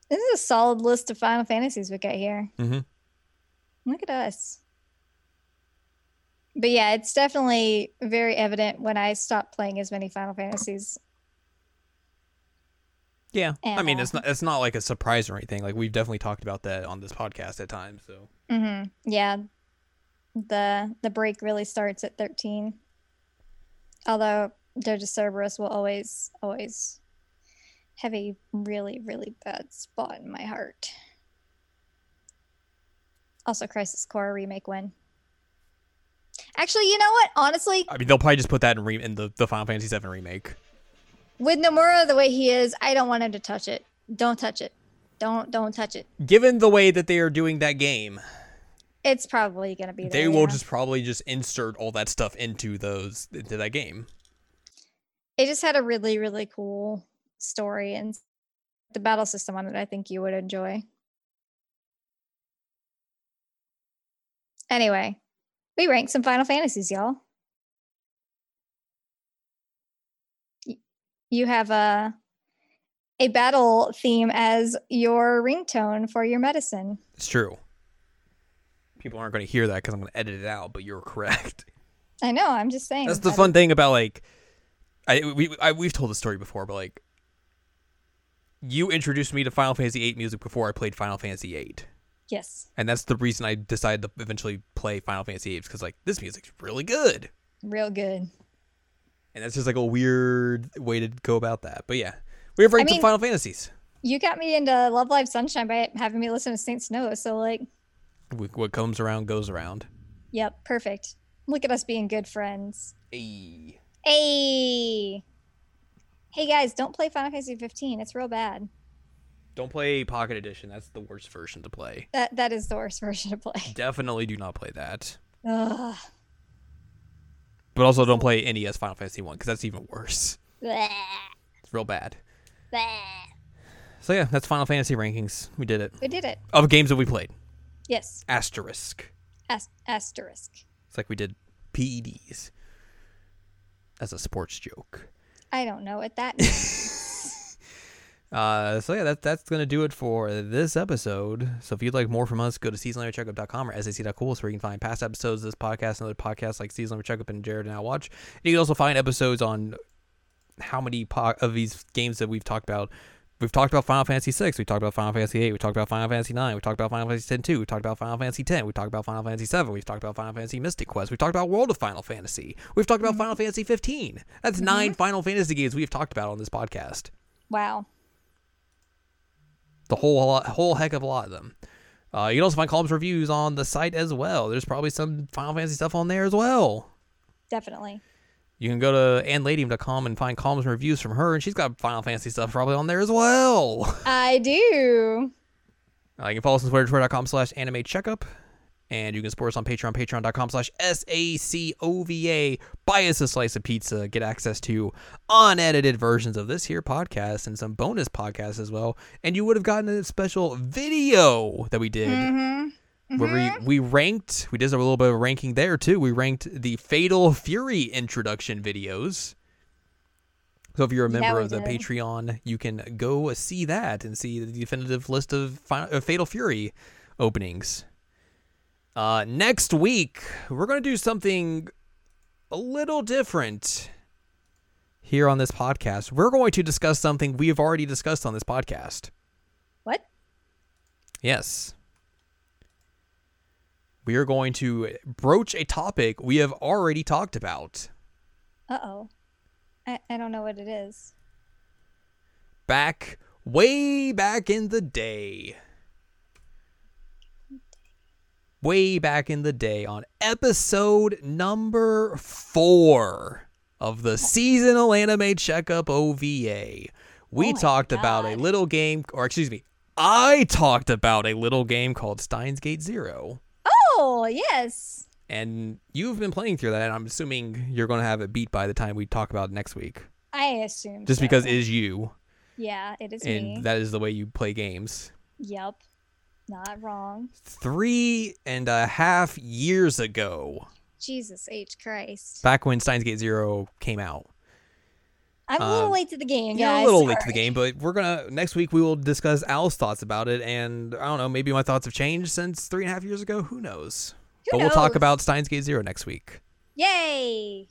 this is a solid list of final fantasies we got here
mm-hmm.
Look at us. But yeah, it's definitely very evident when I stopped playing as many Final Fantasies.
Yeah, I mean
Yeah.
it's not it's not like a surprise or anything. Like we've definitely talked about that on this podcast at times. So
hmm Yeah, the the break really starts at thirteen. Although Doja Cerberus will always always have a really really bad spot in my heart. Also, Crisis Core remake win. Actually, you know what? Honestly,
I mean they'll probably just put that in re- in the, the Final Fantasy VII remake.
with Nomura the way he is, I don't want him to touch it. Don't touch it. Don't don't touch it.
Given the way that they are doing that game,
It's probably gonna be.
they
there,
will
yeah.
just probably just insert all that stuff into those into that game.
It just had a really really cool story and the battle system on it. I think you would enjoy. Anyway, we ranked some Final Fantasies, y'all. Y- You have a a battle theme as your ringtone for your medicine.
It's true. People aren't going to hear that because I'm going to edit it out. But you're [laughs] correct.
I know. I'm just saying.
That's the
I-
fun thing about like, I we I, we've told the story before, but like, you introduced me to Final Fantasy VIII music before I played Final Fantasy VIII.
Yes.
and that's the reason I decided to eventually play Final Fantasy VIII because like this music's really good,
Real good.
and that's just like a weird way to go about that. But yeah, we have ranked some
mean-
Final Fantasies.
You got me into Love Live Sunshine by having me listen to Saint Snow. So, like,
Wh- What comes around goes around.
yep, perfect. Look at us being good friends.
Hey,
Hey, hey guys, don't play Final Fantasy 15. It's real bad.
don't play Pocket Edition. That's the worst version to play.
That that is the worst [laughs] version to play.
Definitely do not play that.
Ugh.
But also don't play NES Final Fantasy One because that's even worse.
Bleh.
It's real bad.
Bleh.
So yeah, that's Final Fantasy rankings. We did it
We did it.
of games that we played.
Yes.
Asterisk.
As- asterisk.
It's like we did PEDs. That's a sports joke.
I don't know what that
[laughs]
means.
Uh, so yeah, that, that's gonna do it for this episode. So if you'd like more from us, go to seasonlanguagecheckup.com or sac.cool so where you can find past episodes of this podcast and other podcasts like Season Language Checkup and Jared and I Watch. And you can also find episodes on how many po- of these games that we've talked about. We've talked about Final Fantasy VI, we talked about Final Fantasy VIII, we talked about Final Fantasy IX, we talked about Final Fantasy X-2, we talked about Final Fantasy X, we talked about Final Fantasy VII, we've talked about Final Fantasy Mystic Quest, we've talked about World of Final Fantasy, we've talked about Final Fantasy 15. That's nine Final Fantasy games we've talked about on this podcast
Wow.
the whole lot, whole heck of a lot of them. Uh, you can also find columns reviews on the site as well. There's probably some Final Fantasy stuff on there as well.
Definitely.
You can go to annladium.com and find columns and reviews from her, and she's got Final Fantasy stuff probably on there as well. [laughs]
I do.
Uh, you can follow us on Twitter, twitter.com slash anime checkup. And you can support us on Patreon, patreon.com slash S-A-C-O-V-A. Buy us a slice of pizza. Get access to unedited versions of this here podcast and some bonus podcasts as well. And you would have gotten a special video that we did
hmm
where we, we ranked, we did a little bit of ranking there too. We ranked the Fatal Fury introduction videos. So if you're a
Yeah,
member
we
of the
did.
Patreon, you can go see that and see the definitive list of Fi- uh, Fatal Fury openings. Uh, next week, we're going to do something a little different here on this podcast. We're going to discuss something we have already discussed on this podcast.
What?
Yes. We are going to broach a topic we have already talked about
Uh oh. I, I don't know what it is.
back way back in the day. Way back in the day on episode number 4 of the seasonal anime checkup OVA. We
Oh my
talked about a
God.
little game or excuse me, I talked about a little game called Steins Gate 0.
Oh yes.
and you've been playing through that and i'm assuming you're going to have it beat by the time we talk about it next week
I assume.
just
so.
because it is you
Yeah, it is
and
me.
that is the way you play games
yep. Not wrong.
three and a half years ago
Jesus H Christ.
back when steins gate zero came out
I'm a little
um,
late to the game,
you're
guys.
a little late to the
Sorry.
game but we're gonna next week we will discuss al's thoughts about it and i don't know maybe my thoughts have changed since three and a half years ago who knows
Who
but we'll talk
knows?
about steins gate zero next week
Yay!